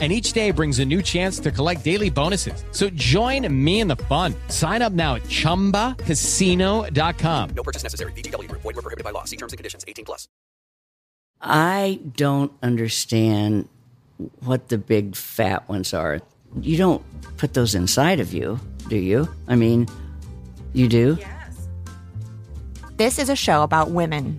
Speaker 24: And each day brings a new chance to collect daily bonuses. So join me in the fun. Sign up now at chumbacasino.com.
Speaker 25: No purchase necessary. BGW. Void were prohibited by law. See terms and conditions. 18 plus.
Speaker 16: I don't understand what the big fat ones are. You don't put those inside of you, do you? I mean, you do?
Speaker 17: This is a show about women.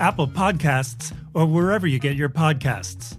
Speaker 19: Apple Podcasts, or wherever you get your podcasts.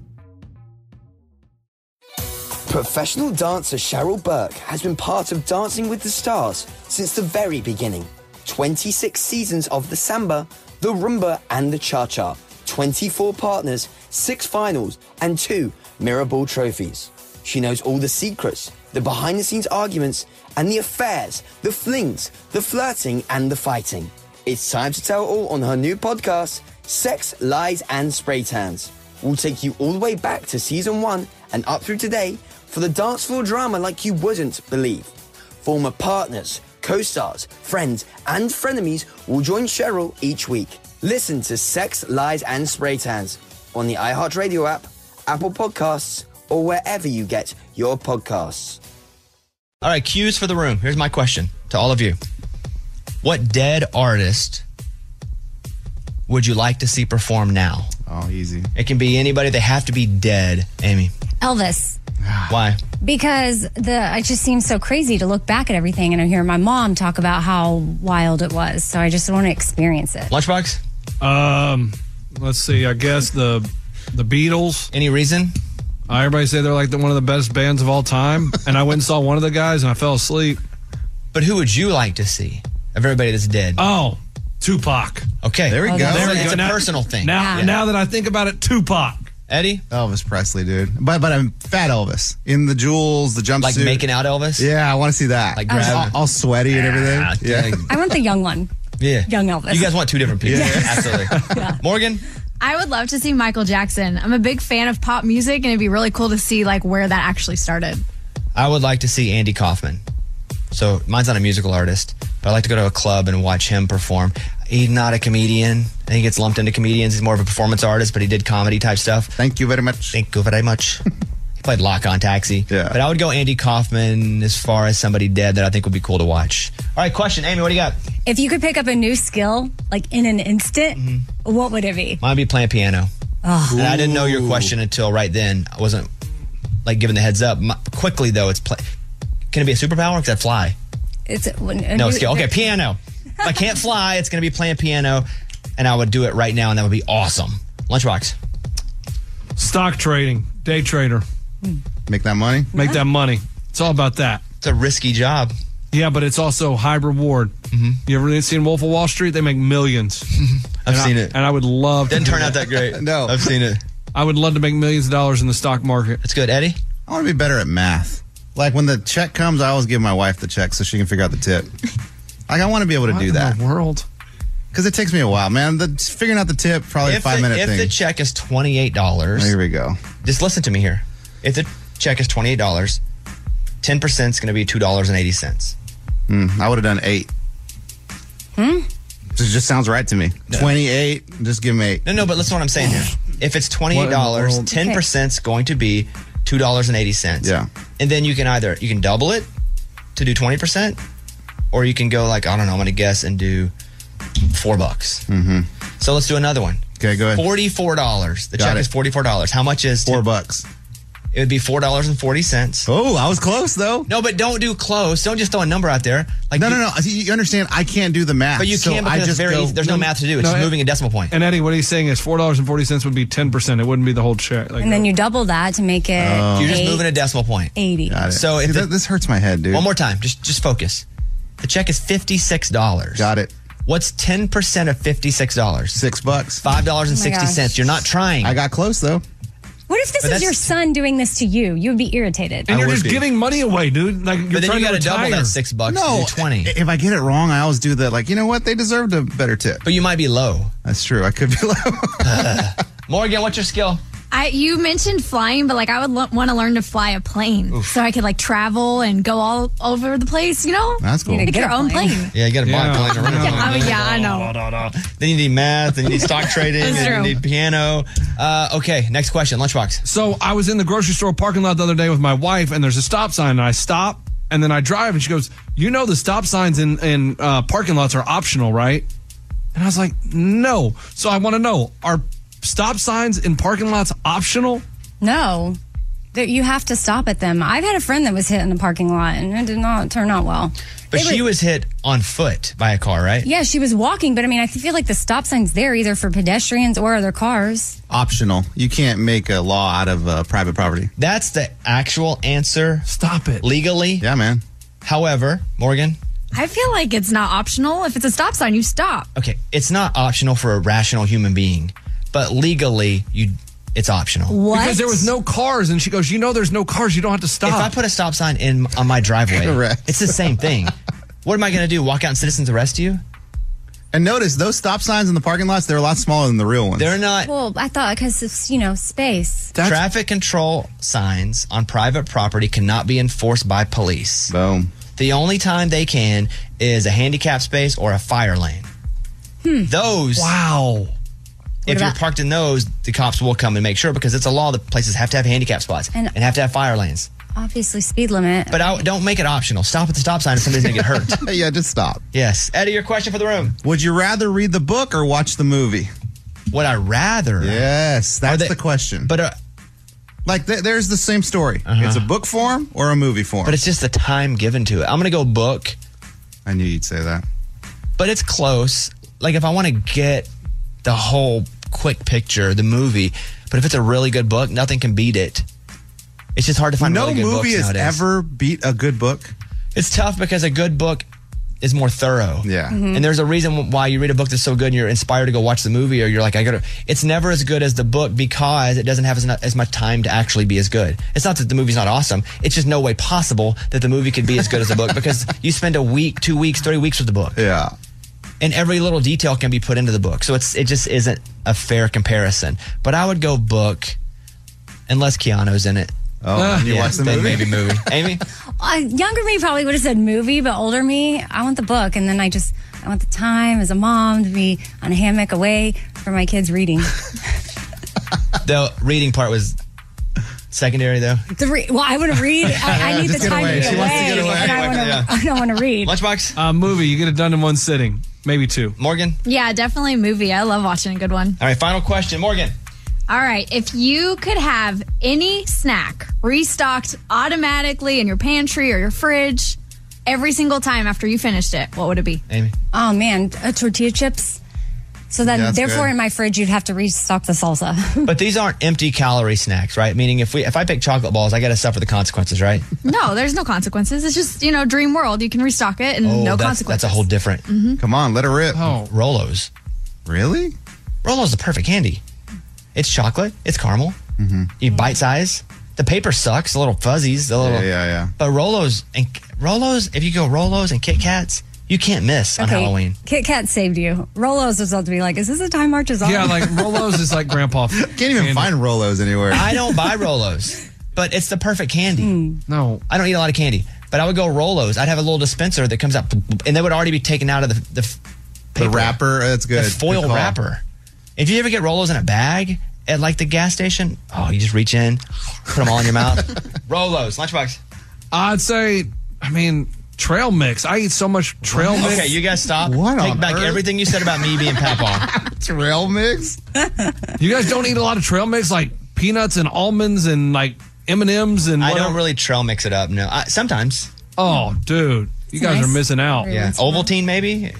Speaker 20: Professional dancer Cheryl Burke has been part of Dancing with the Stars since the very beginning. 26 seasons of the samba, the rumba, and the cha cha. 24 partners, 6 finals, and 2 Mirrorball trophies. She knows all the secrets, the behind the scenes arguments, and the affairs, the flings, the flirting, and the fighting. It's time to tell all on her new podcast, Sex, Lies, and Spray Tans. We'll take you all the way back to season one and up through today for the dance floor drama like you wouldn't believe. Former partners, co stars, friends, and frenemies will join Cheryl each week. Listen to Sex, Lies, and Spray Tans on the iHeartRadio app, Apple Podcasts, or wherever you get your podcasts.
Speaker 1: All right, cues for the room. Here's my question to all of you. What dead artist would you like to see perform now?
Speaker 5: Oh, easy.
Speaker 1: It can be anybody. They have to be dead, Amy.
Speaker 3: Elvis.
Speaker 5: Ah.
Speaker 1: Why?
Speaker 3: because the it just seems so crazy to look back at everything and I hear my mom talk about how wild it was. So I just want to experience it.
Speaker 1: Lunchbox?
Speaker 2: Um, let's see. I guess the the Beatles. Uh,
Speaker 1: Any reason?
Speaker 2: everybody say they're like the, one of the best bands of all time, and I went and saw one of the guys and I fell asleep.
Speaker 1: But who would you like to see of everybody that's dead?
Speaker 2: Oh, Tupac.
Speaker 1: Okay,
Speaker 5: There we go.
Speaker 1: There
Speaker 5: It's
Speaker 1: it's
Speaker 5: a
Speaker 1: a
Speaker 5: Now-
Speaker 1: personal thing.
Speaker 2: Now, now that I think about it, Tupac.
Speaker 1: Eddie?
Speaker 5: Elvis Presley, dude. But but I'm fat Elvis in the jewels, the jumpsuit,
Speaker 1: Like making out Elvis.
Speaker 5: Yeah, I want to see that. Like
Speaker 1: grab
Speaker 5: all,
Speaker 1: him.
Speaker 5: all sweaty and everything.
Speaker 1: Ah,
Speaker 5: yeah.
Speaker 1: dang.
Speaker 3: I want the young one,
Speaker 1: Yeah.
Speaker 3: young Elvis.
Speaker 1: You guys want two different people.
Speaker 5: Yeah.
Speaker 1: Absolutely. Morgan?
Speaker 9: I would love to see Michael Jackson. I'm a big fan of pop music, and it'd be really cool to see like where that actually started.
Speaker 1: I would like to see Andy Kaufman. So mine's not a musical artist, but I like to go to a club and watch him perform. He's not a comedian. I think he gets lumped into comedians. He's more of a performance artist, but he did comedy type stuff.
Speaker 5: Thank you very much.
Speaker 1: Thank you very much. he played Lock on Taxi. Yeah. But I would go Andy Kaufman as far as somebody dead that I think would be cool to watch. All right, question, Amy, what do you got?
Speaker 3: If you could pick up a new skill like in an instant, what would it be?
Speaker 1: Mine would be playing piano.
Speaker 3: Ugh.
Speaker 1: And I didn't know your question until right then. I wasn't like giving the heads up. My, quickly though, it's play. Can it be a superpower? Because I fly.
Speaker 3: It's a
Speaker 1: no skill. Okay, piano. If I can't fly, it's going to be playing piano, and I would do it right now, and that would be awesome. Lunchbox.
Speaker 2: Stock trading, day trader.
Speaker 5: Make that money.
Speaker 2: Make that money. It's all about that.
Speaker 1: It's a risky job. Mm-hmm.
Speaker 2: Yeah, but it's also high reward. You ever seen Wolf of Wall Street? They make millions.
Speaker 1: I've
Speaker 2: And I-
Speaker 1: seen it.
Speaker 2: and I would love.
Speaker 1: Didn't turn out that great.
Speaker 5: no,
Speaker 1: I've seen it.
Speaker 2: I would love to make millions of dollars in the stock market.
Speaker 1: It's good, Eddie.
Speaker 5: I want to be better at math. Like when the check comes, I always give my wife the check so she can figure out the tip. Like I want to be able to do that.
Speaker 2: world.
Speaker 5: Because it takes me a while, man. The figuring out the tip probably a
Speaker 1: If
Speaker 5: five
Speaker 1: the,
Speaker 5: minute
Speaker 1: if
Speaker 5: thing. Oh,
Speaker 1: the check is twenty eight dollars,
Speaker 5: Here we go.
Speaker 1: Just listen to me here. If the check is twenty eight dollars, ten percent is going to be two dollars and eighty cents.
Speaker 5: Mm, I would have done eight.
Speaker 1: Hmm?
Speaker 5: It just sounds right to me. Twenty eight. Just give me eight.
Speaker 1: No, no, but listen to what I'm saying here. If it's twenty eight dollars,
Speaker 5: What in
Speaker 1: ten
Speaker 5: the world?
Speaker 1: percent is going to be two dollars and eighty cents.
Speaker 5: Yeah.
Speaker 1: and then you can either you can double it to do twenty percent, or you can go like I don't know, I'm going to guess and do four bucks.
Speaker 5: Mm-hmm.
Speaker 1: So let's do another one.
Speaker 5: Okay, go ahead.
Speaker 1: Forty four dollars. The
Speaker 5: Got
Speaker 1: check
Speaker 5: it.
Speaker 1: is forty four dollars. How much is
Speaker 5: four bucks?
Speaker 1: It would be four dollars and forty cents.
Speaker 5: Oh, I was close though.
Speaker 1: No, but don't do close. Don't just throw a number out there. Like
Speaker 5: no, no, no. You you understand? I can't do the math.
Speaker 1: But you
Speaker 5: so
Speaker 1: can
Speaker 5: I
Speaker 1: because it's
Speaker 5: just
Speaker 1: very
Speaker 5: go-
Speaker 1: easy. There's no, math to do. It's
Speaker 2: no,
Speaker 1: just
Speaker 2: it-
Speaker 1: moving a decimal point.
Speaker 2: And Eddie, what he's saying is four dollars and forty cents would be ten percent. It wouldn't be the whole check. Like, uh,
Speaker 3: and then you double that to make it.
Speaker 1: Oh. You're just
Speaker 3: eight-
Speaker 1: moving a decimal point.
Speaker 3: 80.
Speaker 5: Got it.
Speaker 1: So if
Speaker 5: Dude,
Speaker 1: the-
Speaker 5: that- this hurts my head, dude.
Speaker 1: One more time. Just just focus. The check is fifty six dollars. Got
Speaker 5: it.
Speaker 1: What's ten percent of fifty six dollars?
Speaker 5: Six bucks.
Speaker 1: Five dollars and sixty
Speaker 3: Oh my gosh.
Speaker 1: cents. You're not trying. I
Speaker 5: got close though.
Speaker 3: What What if this
Speaker 1: But
Speaker 3: was your
Speaker 1: that's-
Speaker 3: son doing this to you? You would be irritated.
Speaker 2: And you're just giving money away, dude. Like you're
Speaker 1: then you
Speaker 2: trying
Speaker 1: gotta
Speaker 2: to
Speaker 1: double
Speaker 2: retire.
Speaker 1: that six bucks to do 20.
Speaker 5: If I get it wrong, I always do that. Like, you know what? They deserved a better tip.
Speaker 1: But you might be low.
Speaker 5: That's true. I could be low.
Speaker 1: Morgan, what's your skill?
Speaker 9: I you mentioned flying, but like I would lo- want to learn to fly a plane so I could like travel and go all over the place. You know,
Speaker 1: That's cool.
Speaker 9: You get your own plane.
Speaker 1: Yeah, you got to buy a plane or rent a plane.
Speaker 9: I mean, yeah, I know.
Speaker 1: Then you need math, then you need stock trading,
Speaker 2: That's
Speaker 1: then
Speaker 2: true.
Speaker 1: you need piano. Uh, okay, next question, lunchbox.
Speaker 2: So I was in the grocery store parking lot the other day with my wife, and there's a stop sign, and I stop, and then I drive, and she goes, "You know the stop signs in in uh, parking lots are optional, right?" And I was like, "No." So I want to know: Are stop signs in parking lots optional?
Speaker 3: No. That you have to stop at them. I've had a friend that was hit in the parking lot and it did not turn out well.
Speaker 1: But
Speaker 3: They
Speaker 1: she
Speaker 3: were-
Speaker 1: was hit on foot by a car, right?
Speaker 3: Yeah, she was walking, but I mean, I feel like the stop sign's there either for pedestrians or other cars.
Speaker 5: Optional. You can't make a law out of uh, private property.
Speaker 1: That's the actual answer.
Speaker 2: Stop it.
Speaker 1: Legally. Yeah,
Speaker 5: man.
Speaker 1: However, Morgan,
Speaker 9: I feel like it's not optional. If it's a stop sign, you stop.
Speaker 1: okay, it's not optional for a rational human being, but legally, you it's optional.
Speaker 2: Because there was no cars, and she goes, "You know, there's no cars. You don't have to stop."
Speaker 1: If I put a stop sign in on my driveway,
Speaker 5: Correct.
Speaker 1: it's the same thing. what am I going to do? Walk out and citizens arrest you?
Speaker 5: And notice those stop signs in the parking lots, they're a lot smaller than the real ones.
Speaker 1: They're not
Speaker 3: Well, I thought because it's, you know, space.
Speaker 1: Traffic control signs on private property cannot be enforced by police.
Speaker 5: Boom.
Speaker 1: The only time they can is a handicap space or a fire lane. Those.
Speaker 2: Hmm. Wow.
Speaker 1: If
Speaker 3: What
Speaker 1: you're
Speaker 3: about-
Speaker 1: parked in those, the cops will come and make sure because it's a law that places have to have handicap spots and,
Speaker 3: And-
Speaker 1: have to have fire lanes.
Speaker 3: Obviously, speed limit.
Speaker 1: But I, don't make it optional. Stop at the stop sign if somebody's going to get hurt.
Speaker 5: yeah, just stop.
Speaker 1: Yes. Eddie, your question for the room.
Speaker 5: Would you rather read the book or watch the movie?
Speaker 1: Would I rather?
Speaker 5: Yes, that's the question.
Speaker 1: But uh, Uh-huh.
Speaker 5: like, th- there's the same story. It's a book form or a movie form.
Speaker 1: But it's just the time given to it. I'm going to go book.
Speaker 5: I knew you'd say that.
Speaker 1: But it's close. Like if I want to get the whole quick picture, the movie. But if it's a really good book, nothing can beat it. It's just hard to find
Speaker 5: no
Speaker 1: really good
Speaker 5: movie
Speaker 1: books
Speaker 5: has
Speaker 1: nowadays.
Speaker 5: ever beat a good book.
Speaker 1: It's tough because a good book is more thorough.
Speaker 5: Yeah.
Speaker 3: Mhm.
Speaker 1: And there's a reason why you read a book that's so good and you're inspired to go watch the movie or you're like, I gotta. It's never as good as the book because it doesn't have as, as much time to actually be as good. It's not that the movie's not awesome. It's just no way possible that the movie could be as good as the book because you spend a week, two weeks, three weeks with the book.
Speaker 5: Yeah.
Speaker 1: And every little detail can be put into the book. So it's it just isn't a fair comparison. But I would go book unless Keanu's in it.
Speaker 5: Oh, and you watch the
Speaker 1: then
Speaker 5: movie?
Speaker 1: Maybe movie. Amy?
Speaker 3: Uh, younger me probably would have said movie, but older me, I want the book. And then I just, I want the time as a mom to be on a hammock away from my kids reading.
Speaker 1: The reading part was secondary, though.
Speaker 3: the re- well, I want to read. I, I need
Speaker 1: Just
Speaker 3: the
Speaker 1: get
Speaker 3: time
Speaker 1: away.
Speaker 3: to get
Speaker 1: She
Speaker 3: away.
Speaker 1: wants to get away.
Speaker 3: And I, wanna,
Speaker 1: Yeah.
Speaker 3: I don't want to read.
Speaker 1: Lunchbox?
Speaker 2: Uh, movie. You get it done in one sitting, maybe two.
Speaker 1: Morgan.
Speaker 9: Yeah, definitely a movie. I love watching a good one.
Speaker 1: All right, final question, Morgan.
Speaker 9: All right, if you could have any snack restocked automatically in your pantry or your fridge every single time after you finished it, what would it be?
Speaker 1: Amy.
Speaker 3: Oh man, uh, tortilla chips. So then,
Speaker 1: Yeah, that's
Speaker 3: therefore,
Speaker 1: good.
Speaker 3: in my fridge, you'd have to restock the salsa.
Speaker 1: But these aren't empty calorie snacks, right? Meaning, if we if I pick chocolate balls, I got to suffer the consequences, right?
Speaker 9: No, there's no consequences. It's just, you know, dream world. You can restock it and Mm, no
Speaker 1: Oh, that's,
Speaker 9: consequences.
Speaker 1: that's a whole different.
Speaker 9: Mhm.
Speaker 5: Come on, let her rip.
Speaker 2: Oh,
Speaker 1: Rolos.
Speaker 5: Really?
Speaker 1: Rolos the perfect candy. It's chocolate. It's caramel.
Speaker 9: Mm-hmm.
Speaker 1: You bite size. The paper sucks. The little fuzzies. The little
Speaker 5: Yeah, yeah, yeah.
Speaker 1: But Rolos and Rolos. If you go Rolos and Kit Kats, you can't miss on Halloween.
Speaker 3: Kit Kat saved you. Rolos was about to be like, "Is this a time marches on?"
Speaker 1: Yeah, like,
Speaker 2: Rolos is like grandpa. Can't
Speaker 5: even find Rolos anywhere.
Speaker 1: I don't buy Rolos, but it's the perfect candy.
Speaker 2: No,
Speaker 1: I don't eat a lot of candy, but I would go Rolos. I'd have a little dispenser that comes out, and they would already be taken out of the the, f-
Speaker 5: The wrapper, that's good.
Speaker 1: the foil
Speaker 5: Good call.
Speaker 1: wrapper. If you ever get Rolos in a bag at like the gas station, oh, you just reach in, put them all in your mouth. Rolos, lunchbox.
Speaker 2: I'd say. I mean, trail mix. I eat so much trail mix.
Speaker 1: Okay, you guys stop. Take back everything you said about me being Papa.
Speaker 5: trail mix.
Speaker 2: you guys don't eat a lot of trail mix, like peanuts and almonds and like M and M's and.
Speaker 1: I
Speaker 2: whatever?
Speaker 1: don't really trail mix it up. No, I, sometimes.
Speaker 2: Oh, dude, you guys are missing out.
Speaker 1: Yeah, Ovaltine maybe.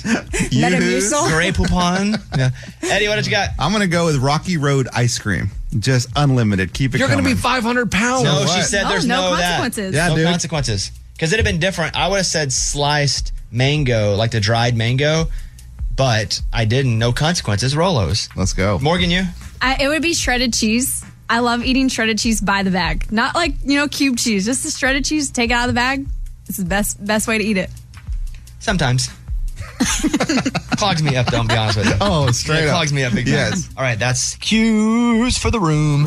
Speaker 1: Metamucil. Grape Poupon. yeah. Eddie, what did you got?
Speaker 5: I'm going to go with Rocky Road ice cream. Just unlimited. Keep it
Speaker 2: You're
Speaker 5: going
Speaker 2: gonna be 500 pounds.
Speaker 1: No, she said there's Oh, no, that.
Speaker 5: Yeah,
Speaker 1: no
Speaker 5: dude.
Speaker 1: consequences. Because it'd have been different. I would have said sliced mango, like the dried mango, but I didn't. No consequences. Rolos.
Speaker 5: Let's go.
Speaker 1: Morgan, you?
Speaker 9: I, it would be shredded cheese. I love eating shredded cheese by the bag. Not like, you know, cube cheese, just the shredded cheese, take it out of the bag. It's the best best way to eat it.
Speaker 1: Sometimes. clogs me up, though, I'll be honest with you.
Speaker 5: Oh, straight
Speaker 1: it
Speaker 5: up.
Speaker 1: clogs me up big time.
Speaker 5: Yes.
Speaker 1: All right, that's cues for the room.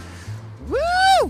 Speaker 17: Woo!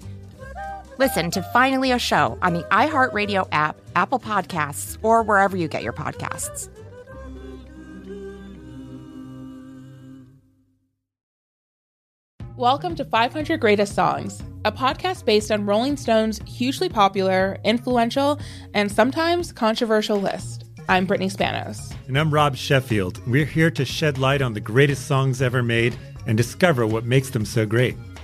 Speaker 17: Listen to Finally a Show on the iHeartRadio app, Apple Podcasts, or wherever you get your podcasts.
Speaker 26: Welcome to 500 Greatest Songs, a podcast based on Rolling Stone's hugely popular, influential, and sometimes controversial list. I'm Brittany Spanos.
Speaker 27: And I'm Rob Sheffield. We're here to shed light on the greatest songs ever made and discover what makes them so great.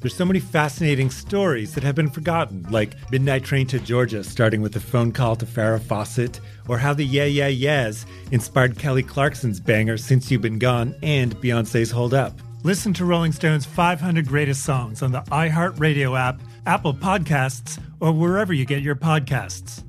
Speaker 27: There's so many fascinating stories that have been forgotten, like Midnight Train to Georgia starting with a phone call to Farrah Fawcett, or how the Yeah Yeah Yeahs inspired Kelly Clarkson's banger Since You've Been Gone and Beyonce's Hold Up.
Speaker 19: Listen to Rolling Stone's 500 Greatest Songs on the iHeartRadio app, Apple Podcasts, or wherever you get your podcasts.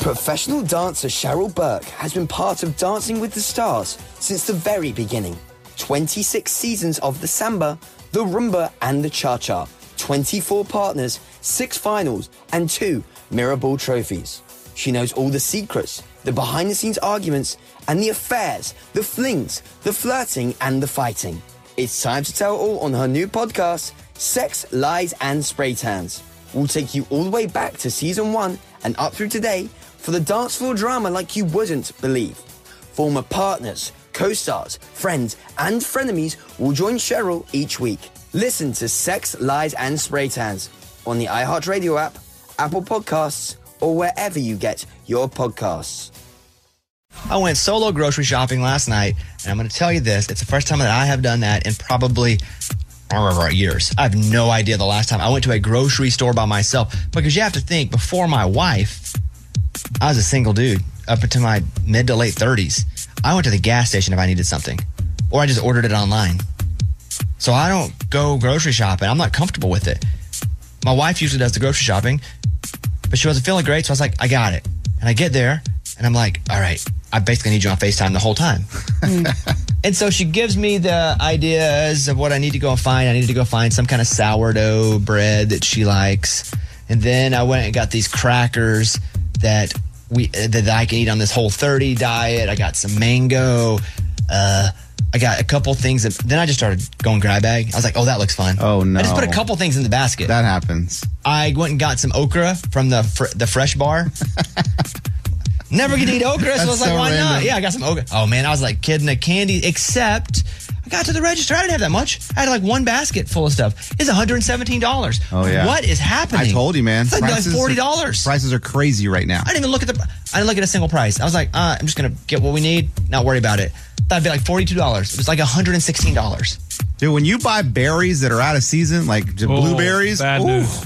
Speaker 20: Professional dancer Cheryl Burke has been part of Dancing with the Stars since the very beginning. 26 seasons of the samba, the rumba, and the cha cha. 24 partners, 6 finals, and 2 Mirrorball trophies. She knows all the secrets, the behind the scenes arguments, and the affairs, the flings, the flirting, and the fighting. It's time to tell all on her new podcast, Sex, Lies, and Spray Tans. We'll take you all the way back to season one and up through today for the dance floor drama like you wouldn't believe. Former partners, co stars, friends, and frenemies will join Cheryl each week. Listen to Sex, Lies, and Spray Tans on the iHeartRadio app, Apple Podcasts, or wherever you get your podcasts.
Speaker 1: I went solo grocery shopping last night, and I'm going to tell you this. It's the first time that I have done that in probably uh, years. I have no idea the last time I went to a grocery store by myself because you have to think before my wife, I was a single dude up into my mid to late 30s. I went to the gas station if I needed something, or I just ordered it online. So I don't go grocery shopping. I'm not comfortable with it. My wife usually does the grocery shopping, but she wasn't feeling great. So I was like, I got it. And I get there and I'm like, all right, I basically need you on FaceTime the whole time. and so she gives me the ideas of what I need to go and find. I need to go find some kind of sourdough bread that she likes. And then I went and got these crackers that we uh, that I can eat on this whole 30 diet. I got some mango. Uh, I got a couple things that then I just started going grab bag. I was like, oh, that looks fun. Oh
Speaker 5: no.
Speaker 1: I just put a couple things in the basket.
Speaker 5: That happens.
Speaker 1: I went and got some okra from the fr- the fresh bar. Never get to eat okra, so I
Speaker 5: That's
Speaker 1: was like,
Speaker 5: so
Speaker 1: why not?
Speaker 5: random.
Speaker 1: Yeah, I got some okra. Oh man, I was like kidding a candy, except I got to the register, I didn't have that much. I had like one basket full of stuff. It's $117.
Speaker 5: Oh yeah.
Speaker 1: What is happening?
Speaker 5: I told you, man.
Speaker 1: It's like, like
Speaker 5: are-
Speaker 1: $40.
Speaker 5: Prices are crazy right now.
Speaker 1: I didn't even look at the. I didn't look at a single price. I was like, uh, I'm just gonna get what we need, not worry about it. That'd be like forty two dollars. It was like hundred and sixteen dollars.
Speaker 5: Dude, when you buy berries that are out of season, like j-
Speaker 1: Oh,
Speaker 5: blueberries,
Speaker 1: bad
Speaker 5: ooh,
Speaker 1: news.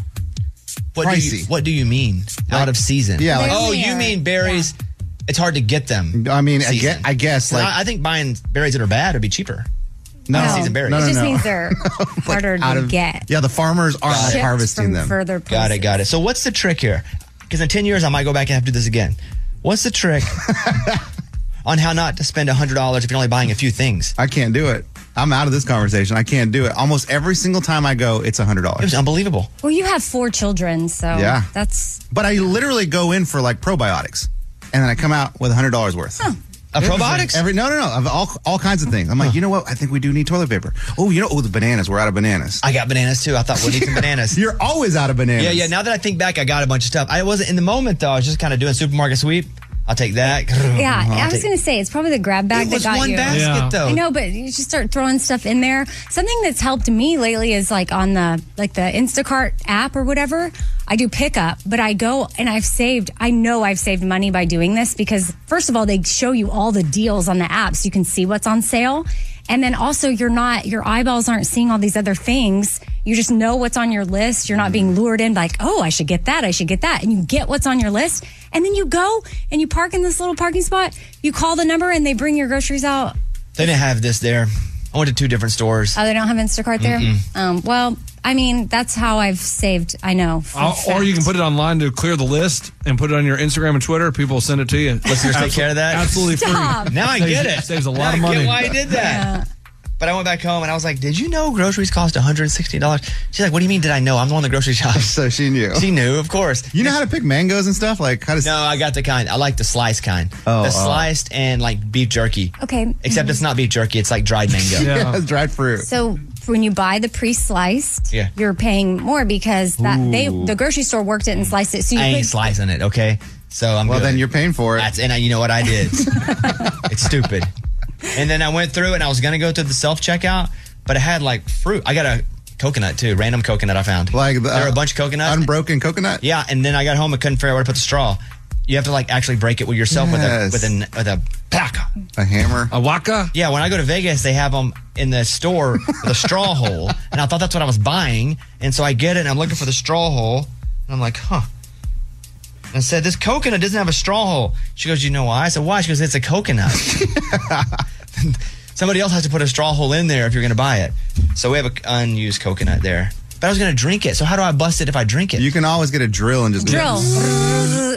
Speaker 1: What do you
Speaker 5: Pricey.
Speaker 1: What do you mean? out of season?
Speaker 5: Yeah, like-
Speaker 1: oh, you mean berries? It's hard to get them.
Speaker 5: I mean, I guess, I guess like
Speaker 1: I, I think buying berries that are bad would be cheaper.
Speaker 5: No.
Speaker 1: Out of season berries.
Speaker 5: No, no,
Speaker 3: it just
Speaker 5: no.
Speaker 3: means they're harder
Speaker 1: out
Speaker 3: to
Speaker 1: of-
Speaker 3: get.
Speaker 5: yeah, the farmers are
Speaker 1: Got it.
Speaker 5: harvesting
Speaker 3: from
Speaker 5: them.
Speaker 3: further
Speaker 1: Got it, got it. So what's the trick here? Because in 10 years, I might go back and have to do this again. What's the trick on how not to spend $100 if you're only buying a few things?
Speaker 5: I can't do it. I'm out of this conversation. I can't do it. Almost every single time I go, it's hundred dollars. It was
Speaker 1: unbelievable.
Speaker 3: Well, you have four children, so
Speaker 5: Yeah.
Speaker 3: that's
Speaker 5: But I literally go in for like probiotics, and then I come out with hundred dollars worth.
Speaker 1: A
Speaker 5: Everything.
Speaker 1: probiotics?
Speaker 5: Every no, no, no, of all all kinds of things. I'm like, you know what? I think we do need toilet paper. Oh, you know, oh, the bananas. We're out of bananas.
Speaker 1: I got bananas too. I thought we'd eat some bananas.
Speaker 5: You're always out of bananas.
Speaker 1: Yeah, yeah. Now that I think back, I got a bunch of stuff. I wasn't in the moment, though. I was just kind of doing supermarket sweep. I'll take that. Uh-huh.
Speaker 3: Yeah,
Speaker 1: I'll
Speaker 3: I was
Speaker 1: take-
Speaker 3: going to say it's probably the grab bag
Speaker 1: Oh, It
Speaker 3: that
Speaker 1: was
Speaker 3: got
Speaker 1: one
Speaker 3: you.
Speaker 1: basket, Yeah. though.
Speaker 3: I know, but you just start throwing stuff in there. Something that's helped me lately is like on the like the Instacart app or whatever. I do pickup, but I go and I've saved. I know I've saved money by doing this because first of all, they show you all the deals on the app, so you can see what's on sale, and then also you're not your eyeballs aren't seeing all these other things. You just know what's on your list. You're not being lured in like, oh, I should get that. I should get that. And you get what's on your list. And then you go and you park in this little parking spot. You call the number and they bring your groceries out.
Speaker 1: They didn't have this there. I went to two different stores.
Speaker 3: Oh, they don't have Instacart there?
Speaker 1: Mm-mm.
Speaker 3: Um, well, I mean, that's how I've saved. I know. for a
Speaker 2: I'll- or
Speaker 3: fact.
Speaker 2: you can put it online to clear the list and put it on your Instagram and Twitter. People will send it to you.
Speaker 1: Listeners, take
Speaker 2: Absol-
Speaker 1: care of that.
Speaker 2: Absolutely free.
Speaker 1: Now I
Speaker 2: Saves-
Speaker 1: get it.
Speaker 2: Saves a
Speaker 1: Now
Speaker 2: lot of
Speaker 1: I
Speaker 2: money.
Speaker 1: Get why I did that. But I went back home and I was like, "Did you know groceries cost 160 dollars?" She's like, "What do you mean? Did I know? I'm the one that grocery shops."
Speaker 5: So she knew.
Speaker 1: She knew, of course.
Speaker 5: You know how to pick mangoes and stuff? Like how to
Speaker 1: No, I got the kind. I like the sliced kind.
Speaker 5: Oh,
Speaker 1: the
Speaker 5: oh.
Speaker 1: sliced and like beef jerky.
Speaker 3: Okay.
Speaker 1: Except it's not beef jerky. It's like dried mango.
Speaker 5: Yeah, it's dried fruit.
Speaker 3: So when you buy the pre-sliced,
Speaker 1: Yeah.
Speaker 3: you're paying more because that they
Speaker 1: Ooh.
Speaker 3: the grocery store worked it and sliced it. So you
Speaker 1: I ain't
Speaker 3: could-
Speaker 1: slicing it. Okay. So I'm.
Speaker 5: Well,
Speaker 1: good.
Speaker 5: then you're paying for it.
Speaker 1: That's and I, you know what I did. it's stupid. And then I went through and I was gonna go to the self checkout, but I had like fruit. I got a coconut too, random coconut I found. Like the, there were a bunch of coconuts,
Speaker 5: uh, unbroken coconut.
Speaker 1: Yeah, and then I got home and couldn't figure out where to put the straw. You have to like actually break it with yourself
Speaker 5: Yes.
Speaker 1: with a with a with a paca,
Speaker 5: a hammer,
Speaker 2: a waka.
Speaker 1: Yeah, when I go to Vegas, they have them in the store with a straw hole, and I thought that's what I was buying, and so I get it and I'm looking for the straw hole, and I'm like, huh. And I said, this coconut doesn't have a straw hole. She goes, you know why? I said, why? She goes, it's a coconut. Somebody else has to put a straw hole in there if you're going to buy it. So we have an unused coconut there. But I was going to drink it. So how do I bust it if I drink it?
Speaker 5: You can always get a drill and just
Speaker 3: drill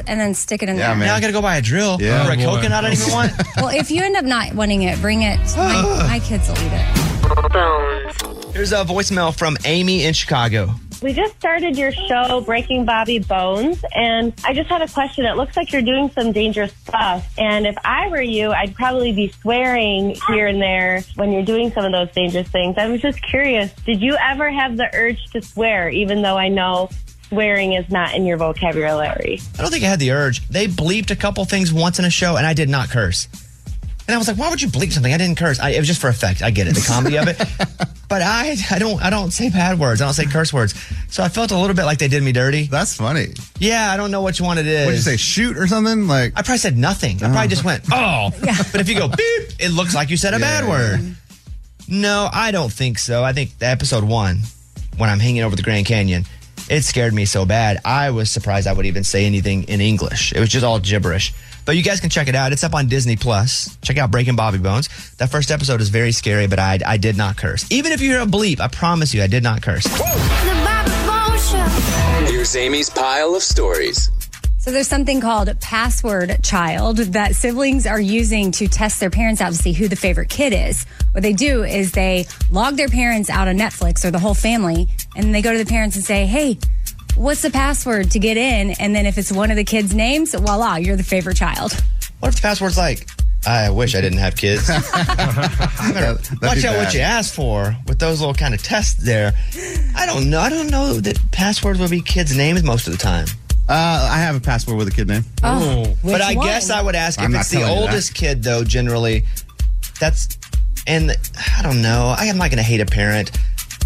Speaker 3: and then stick it in there.
Speaker 1: Now I got to go buy a drill
Speaker 5: Yeah.
Speaker 1: or a
Speaker 5: Oh, boy.
Speaker 1: coconut I didn't even want.
Speaker 3: well, if you end up not wanting it, bring it. My, my kids will eat it.
Speaker 1: Here's a voicemail from Amy in Chicago.
Speaker 22: We just started your show, Breaking Bobby Bones, and I just had a question. It looks like you're doing some dangerous stuff. And if I were you, I'd probably be swearing here and there when you're doing some of those dangerous things. I was just curious did you ever have the urge to swear, even though I know swearing is not in your vocabulary?
Speaker 1: I don't think I had the urge. They bleeped a couple things once in a show, and I did not curse. And I was like, "Why would you bleep something?" I didn't curse. I, it was just for effect. I get it, the comedy of it. But I, I don't, I don't say bad words. I don't say curse words. So I felt a little bit like they did me dirty.
Speaker 5: That's funny.
Speaker 1: Yeah, I don't know which one it is.
Speaker 5: What'd you say, shoot or something? Like
Speaker 1: I probably said nothing. I probably just went, "Oh." Yeah. But if you go beep, it looks like you said a bad word. No, I don't think so. I think the episode one, when I'm hanging over the Grand Canyon, it scared me so bad. I was surprised I would even say anything in English. It was just all gibberish. But you guys can check it out. It's up on Disney Plus. Check out Breaking Bobby Bones. That first episode is very scary, but I, I did not curse. Even if you hear a bleep, I promise you, I did not curse.
Speaker 25: Here's Amy's pile of stories.
Speaker 3: So there's something called password child that siblings are using to test their parents out to see who the favorite kid is. What they do is they log their parents out of Netflix or the whole family, and they go to the parents and say, "Hey." What's the password to get in? And then if it's one of the kids' names, voila, you're the favorite child.
Speaker 1: What if the password's like, I wish I didn't have kids? Watch
Speaker 5: be
Speaker 1: out
Speaker 5: bad.
Speaker 1: what you ask for with those little kind of tests there. I don't know. I don't know that passwords will be kids' names most of the time.
Speaker 5: Uh, I have a password with a kid name.
Speaker 1: Oh, but I guess I would ask
Speaker 5: I'm
Speaker 1: if
Speaker 5: not
Speaker 1: it's the
Speaker 5: telling you that.
Speaker 1: oldest kid, though, generally, that's And I don't know. I am not going to hate a parent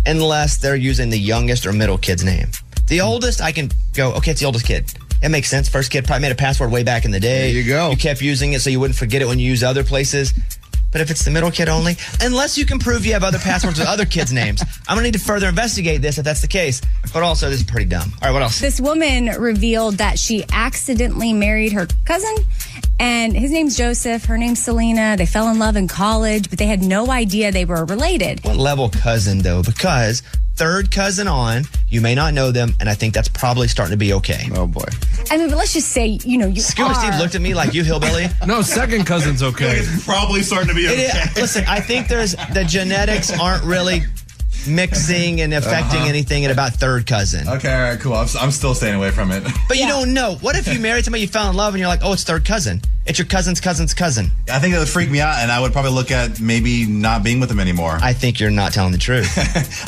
Speaker 1: unless they're using the youngest or middle kid's name. The oldest, I can go, okay, it's the oldest kid. It makes sense. First kid probably made a password way back in the day. There you go. You kept using it so you wouldn't forget it when you use other places. But if it's the middle kid only, unless you can prove you have other passwords with other kids' names, I'm going to need to further investigate this if that's the case. But also, this is pretty dumb. All right, what else?
Speaker 3: This woman revealed that she accidentally married her cousin, and his name's Joseph, her name's Selena. They fell in love in college, but they had no idea they were related.
Speaker 1: What level cousin though? Because third cousin on, you may not know them, and I think that's probably starting to be okay.
Speaker 5: Oh boy.
Speaker 3: I mean, but let's just say, you know, you
Speaker 1: Scuba
Speaker 3: are.
Speaker 1: Steve looked at me like you hillbilly.
Speaker 2: no, second cousin's okay.
Speaker 12: Probably starting to be
Speaker 1: It
Speaker 12: okay.
Speaker 1: is- listen, I think there's the genetics aren't really mixing and affecting
Speaker 12: Uh-huh.
Speaker 1: anything at about third cousin.
Speaker 12: Okay, all right, cool. I'm, I'm still staying away from it.
Speaker 1: But you don't know. What if you married somebody you fell in love and you're like, oh, it's third cousin. It's your cousin's cousin's cousin.
Speaker 12: I think that would freak me out, and I would probably look at maybe not being with them anymore.
Speaker 1: I think you're not telling the truth.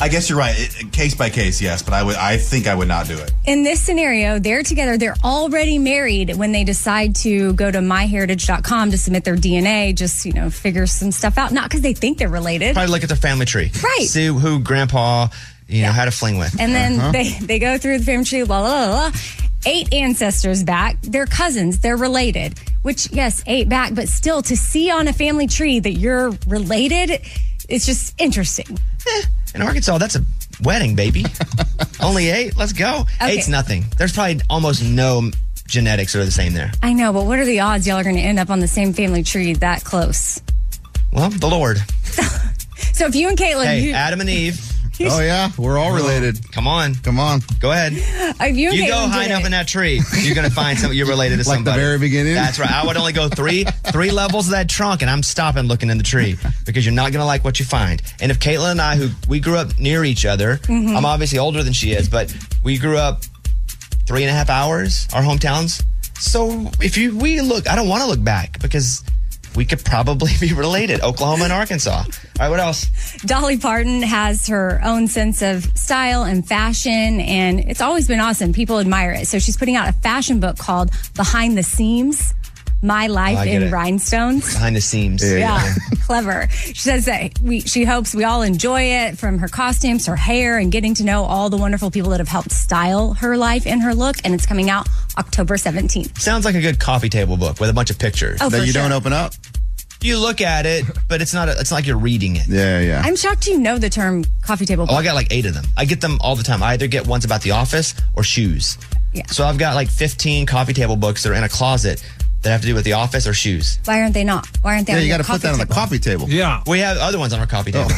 Speaker 12: I guess you're right. It, case by case, yes, but I would. I think I would not do it.
Speaker 3: In this scenario, they're together, they're already married when they decide to go to myheritage.com to submit their DNA, just, you know, figure some stuff out. Not because they think they're related.
Speaker 1: Probably look at their family tree.
Speaker 3: Right.
Speaker 1: See who grandpa, you know, had a fling with.
Speaker 3: And then
Speaker 1: Uh-huh.
Speaker 3: they, they go through the family tree, blah, blah, blah, blah. Eight ancestors back. They're cousins. They're related, which, yes, eight back, but still to see on a family tree that you're related, it's just interesting.
Speaker 1: In Arkansas, that's a wedding, baby. Only eight. Let's go.
Speaker 3: Okay.
Speaker 1: Eight's nothing. There's probably almost no genetics that are the same there.
Speaker 3: I know, but what are the odds y'all are going to end up on the same family tree that close?
Speaker 1: Well, the Lord.
Speaker 3: So if you and Caitlin,
Speaker 1: hey,
Speaker 3: you,
Speaker 1: Adam and Eve.
Speaker 5: Oh yeah, we're all related.
Speaker 1: Come on,
Speaker 5: come on.
Speaker 1: Go ahead.
Speaker 3: if you, and
Speaker 1: You go
Speaker 3: Caitlin
Speaker 1: high
Speaker 3: did
Speaker 1: enough
Speaker 3: it-
Speaker 1: in that tree, you're gonna find something you're related to
Speaker 5: Like the
Speaker 1: somebody.
Speaker 5: very beginning?
Speaker 1: That's right. I would only go three three levels of that trunk, and I'm stopping looking in the tree because you're not gonna like what you find. And if Caitlin and I, who we grew up near each other,
Speaker 3: Mm-hmm.
Speaker 13: Mhm.
Speaker 1: I'm obviously older than she is, but we grew up three and a half hours, our hometowns. So if you we look, I don't want to look back because we could probably be related, Oklahoma and Arkansas. All right, what else?
Speaker 3: Dolly Parton has her own sense of style and fashion, and it's always been awesome. People admire it. So she's putting out a fashion book called Behind the Seams My Life
Speaker 1: I get
Speaker 3: in
Speaker 1: it.
Speaker 3: Rhinestones.
Speaker 1: Behind the seams.
Speaker 3: Yeah, clever. She says that we, she hopes we all enjoy it from her costumes, her hair, and getting to know all the wonderful people that have helped style her life and her look. And it's coming out October 17th.
Speaker 1: Sounds like a good coffee table book with a bunch of pictures
Speaker 3: Oh, That for you don't sure.
Speaker 1: open up. You look at it, but it's not. it's not like you're reading it.
Speaker 5: Yeah, yeah.
Speaker 3: I'm shocked you know the term coffee table
Speaker 1: Oh,
Speaker 3: book.
Speaker 1: I got like eight of them. I get them all the time. I either get ones about the office or shoes.
Speaker 3: Yeah.
Speaker 1: So I've got like 15 coffee table books that are in a closet that have to do with the office or shoes.
Speaker 3: Why aren't they not? Why aren't they? on your coffee table?
Speaker 1: coffee table.
Speaker 2: Yeah.
Speaker 1: We have other ones on our coffee table.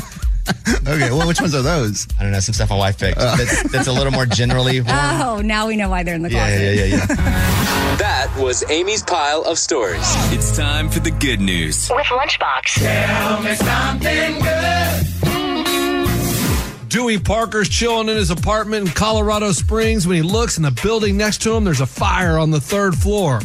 Speaker 1: okay. Well, which ones are those? Uh. I don't know. Some stuff my wife picked that's, that's a little more generally.
Speaker 3: Oh, now we know why they're in the closet.
Speaker 1: yeah, yeah, yeah, yeah.
Speaker 25: That was Amy's pile of stories.
Speaker 23: It's time for the good news.
Speaker 4: With Lunchbox. Tell me something good.
Speaker 2: Dewey Parker's chilling in his apartment in Colorado Springs when he looks in the building next to him, there's a fire on the third floor.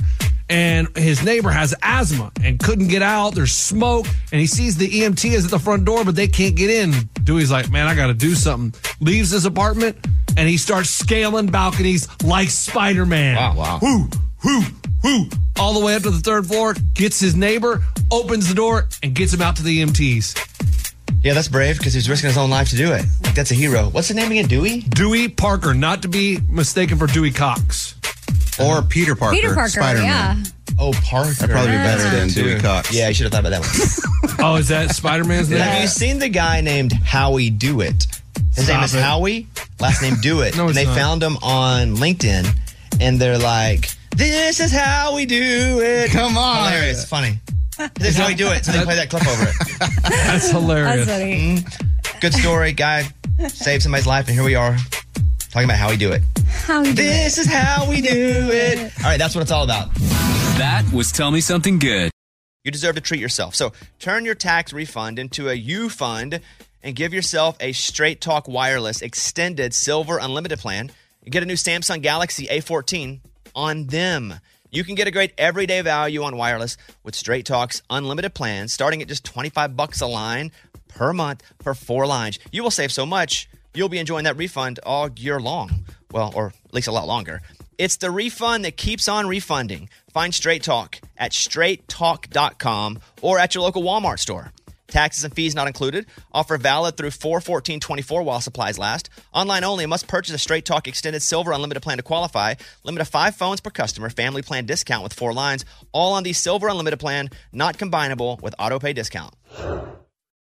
Speaker 2: And his neighbor has asthma and couldn't get out. There's smoke. And he sees the EMT is at the front door, but they can't get in. Dewey's like, man, I got to do something. Leaves his apartment and he starts scaling balconies like Spider Man. Wow, wow. Woo, woo, woo. All the way up to the third floor, gets his neighbor, opens the door, and gets him out to the EMTs.
Speaker 1: Yeah, that's brave because he's risking his own life to do it. Like, that's a hero. What's the name again? Dewey?
Speaker 2: Dewey Parker, not to be mistaken for Dewey Cox.
Speaker 5: Or Peter
Speaker 1: Parker,
Speaker 3: Peter Parker, yeah.
Speaker 1: Oh, Parker.
Speaker 5: That'd probably be better than Dewey Cox.
Speaker 1: Yeah, you should have thought about that one.
Speaker 2: oh, is that Spider Man's name?
Speaker 1: Have you seen the guy named Howie Do It? His
Speaker 2: Stop
Speaker 1: name is
Speaker 2: it.
Speaker 1: Howie, last name Do It.
Speaker 2: No,
Speaker 1: and
Speaker 2: it's
Speaker 1: they
Speaker 2: not.
Speaker 1: found him on LinkedIn and they're like, This is how we do it.
Speaker 5: Come on.
Speaker 1: Hilarious, funny. This is how we do it. So they play that clip over it.
Speaker 2: That's hilarious.
Speaker 3: That's funny.
Speaker 1: Good story, guy saved somebody's life, and here we are talking about how we do it.
Speaker 3: How you do
Speaker 1: This is how we do it. All right, that's what it's all about.
Speaker 23: That was Tell Me Something Good.
Speaker 1: You deserve to treat yourself. So turn your tax refund into a U fund and give yourself a Straight Talk Wireless Extended Silver Unlimited plan. You get a new Samsung Galaxy A14 on them. You can get a great everyday value on wireless with Straight Talk's unlimited plans, starting at just 25 bucks a line per month for four lines. You will save so much, you'll be enjoying that refund all year long. Well, or at least a lot longer. It's the refund that keeps on refunding. Find Straight Talk at straighttalk.com or at your local Walmart store. Taxes and fees not included. Offer valid through 4-14-24 while supplies last. Online only. Must purchase a Straight Talk Extended Silver Unlimited plan to qualify. Limit of five phones per customer. Family plan discount with four lines. All on the Silver Unlimited plan. Not combinable with auto pay discount.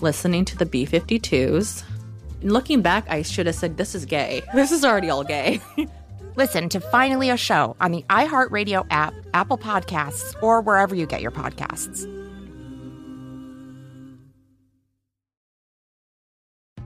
Speaker 18: listening to the B 52s. Looking back, I should have said, This is gay. This is already all gay.
Speaker 17: Listen to Finally a Show on the iHeartRadio app, Apple Podcasts, or wherever you get your podcasts.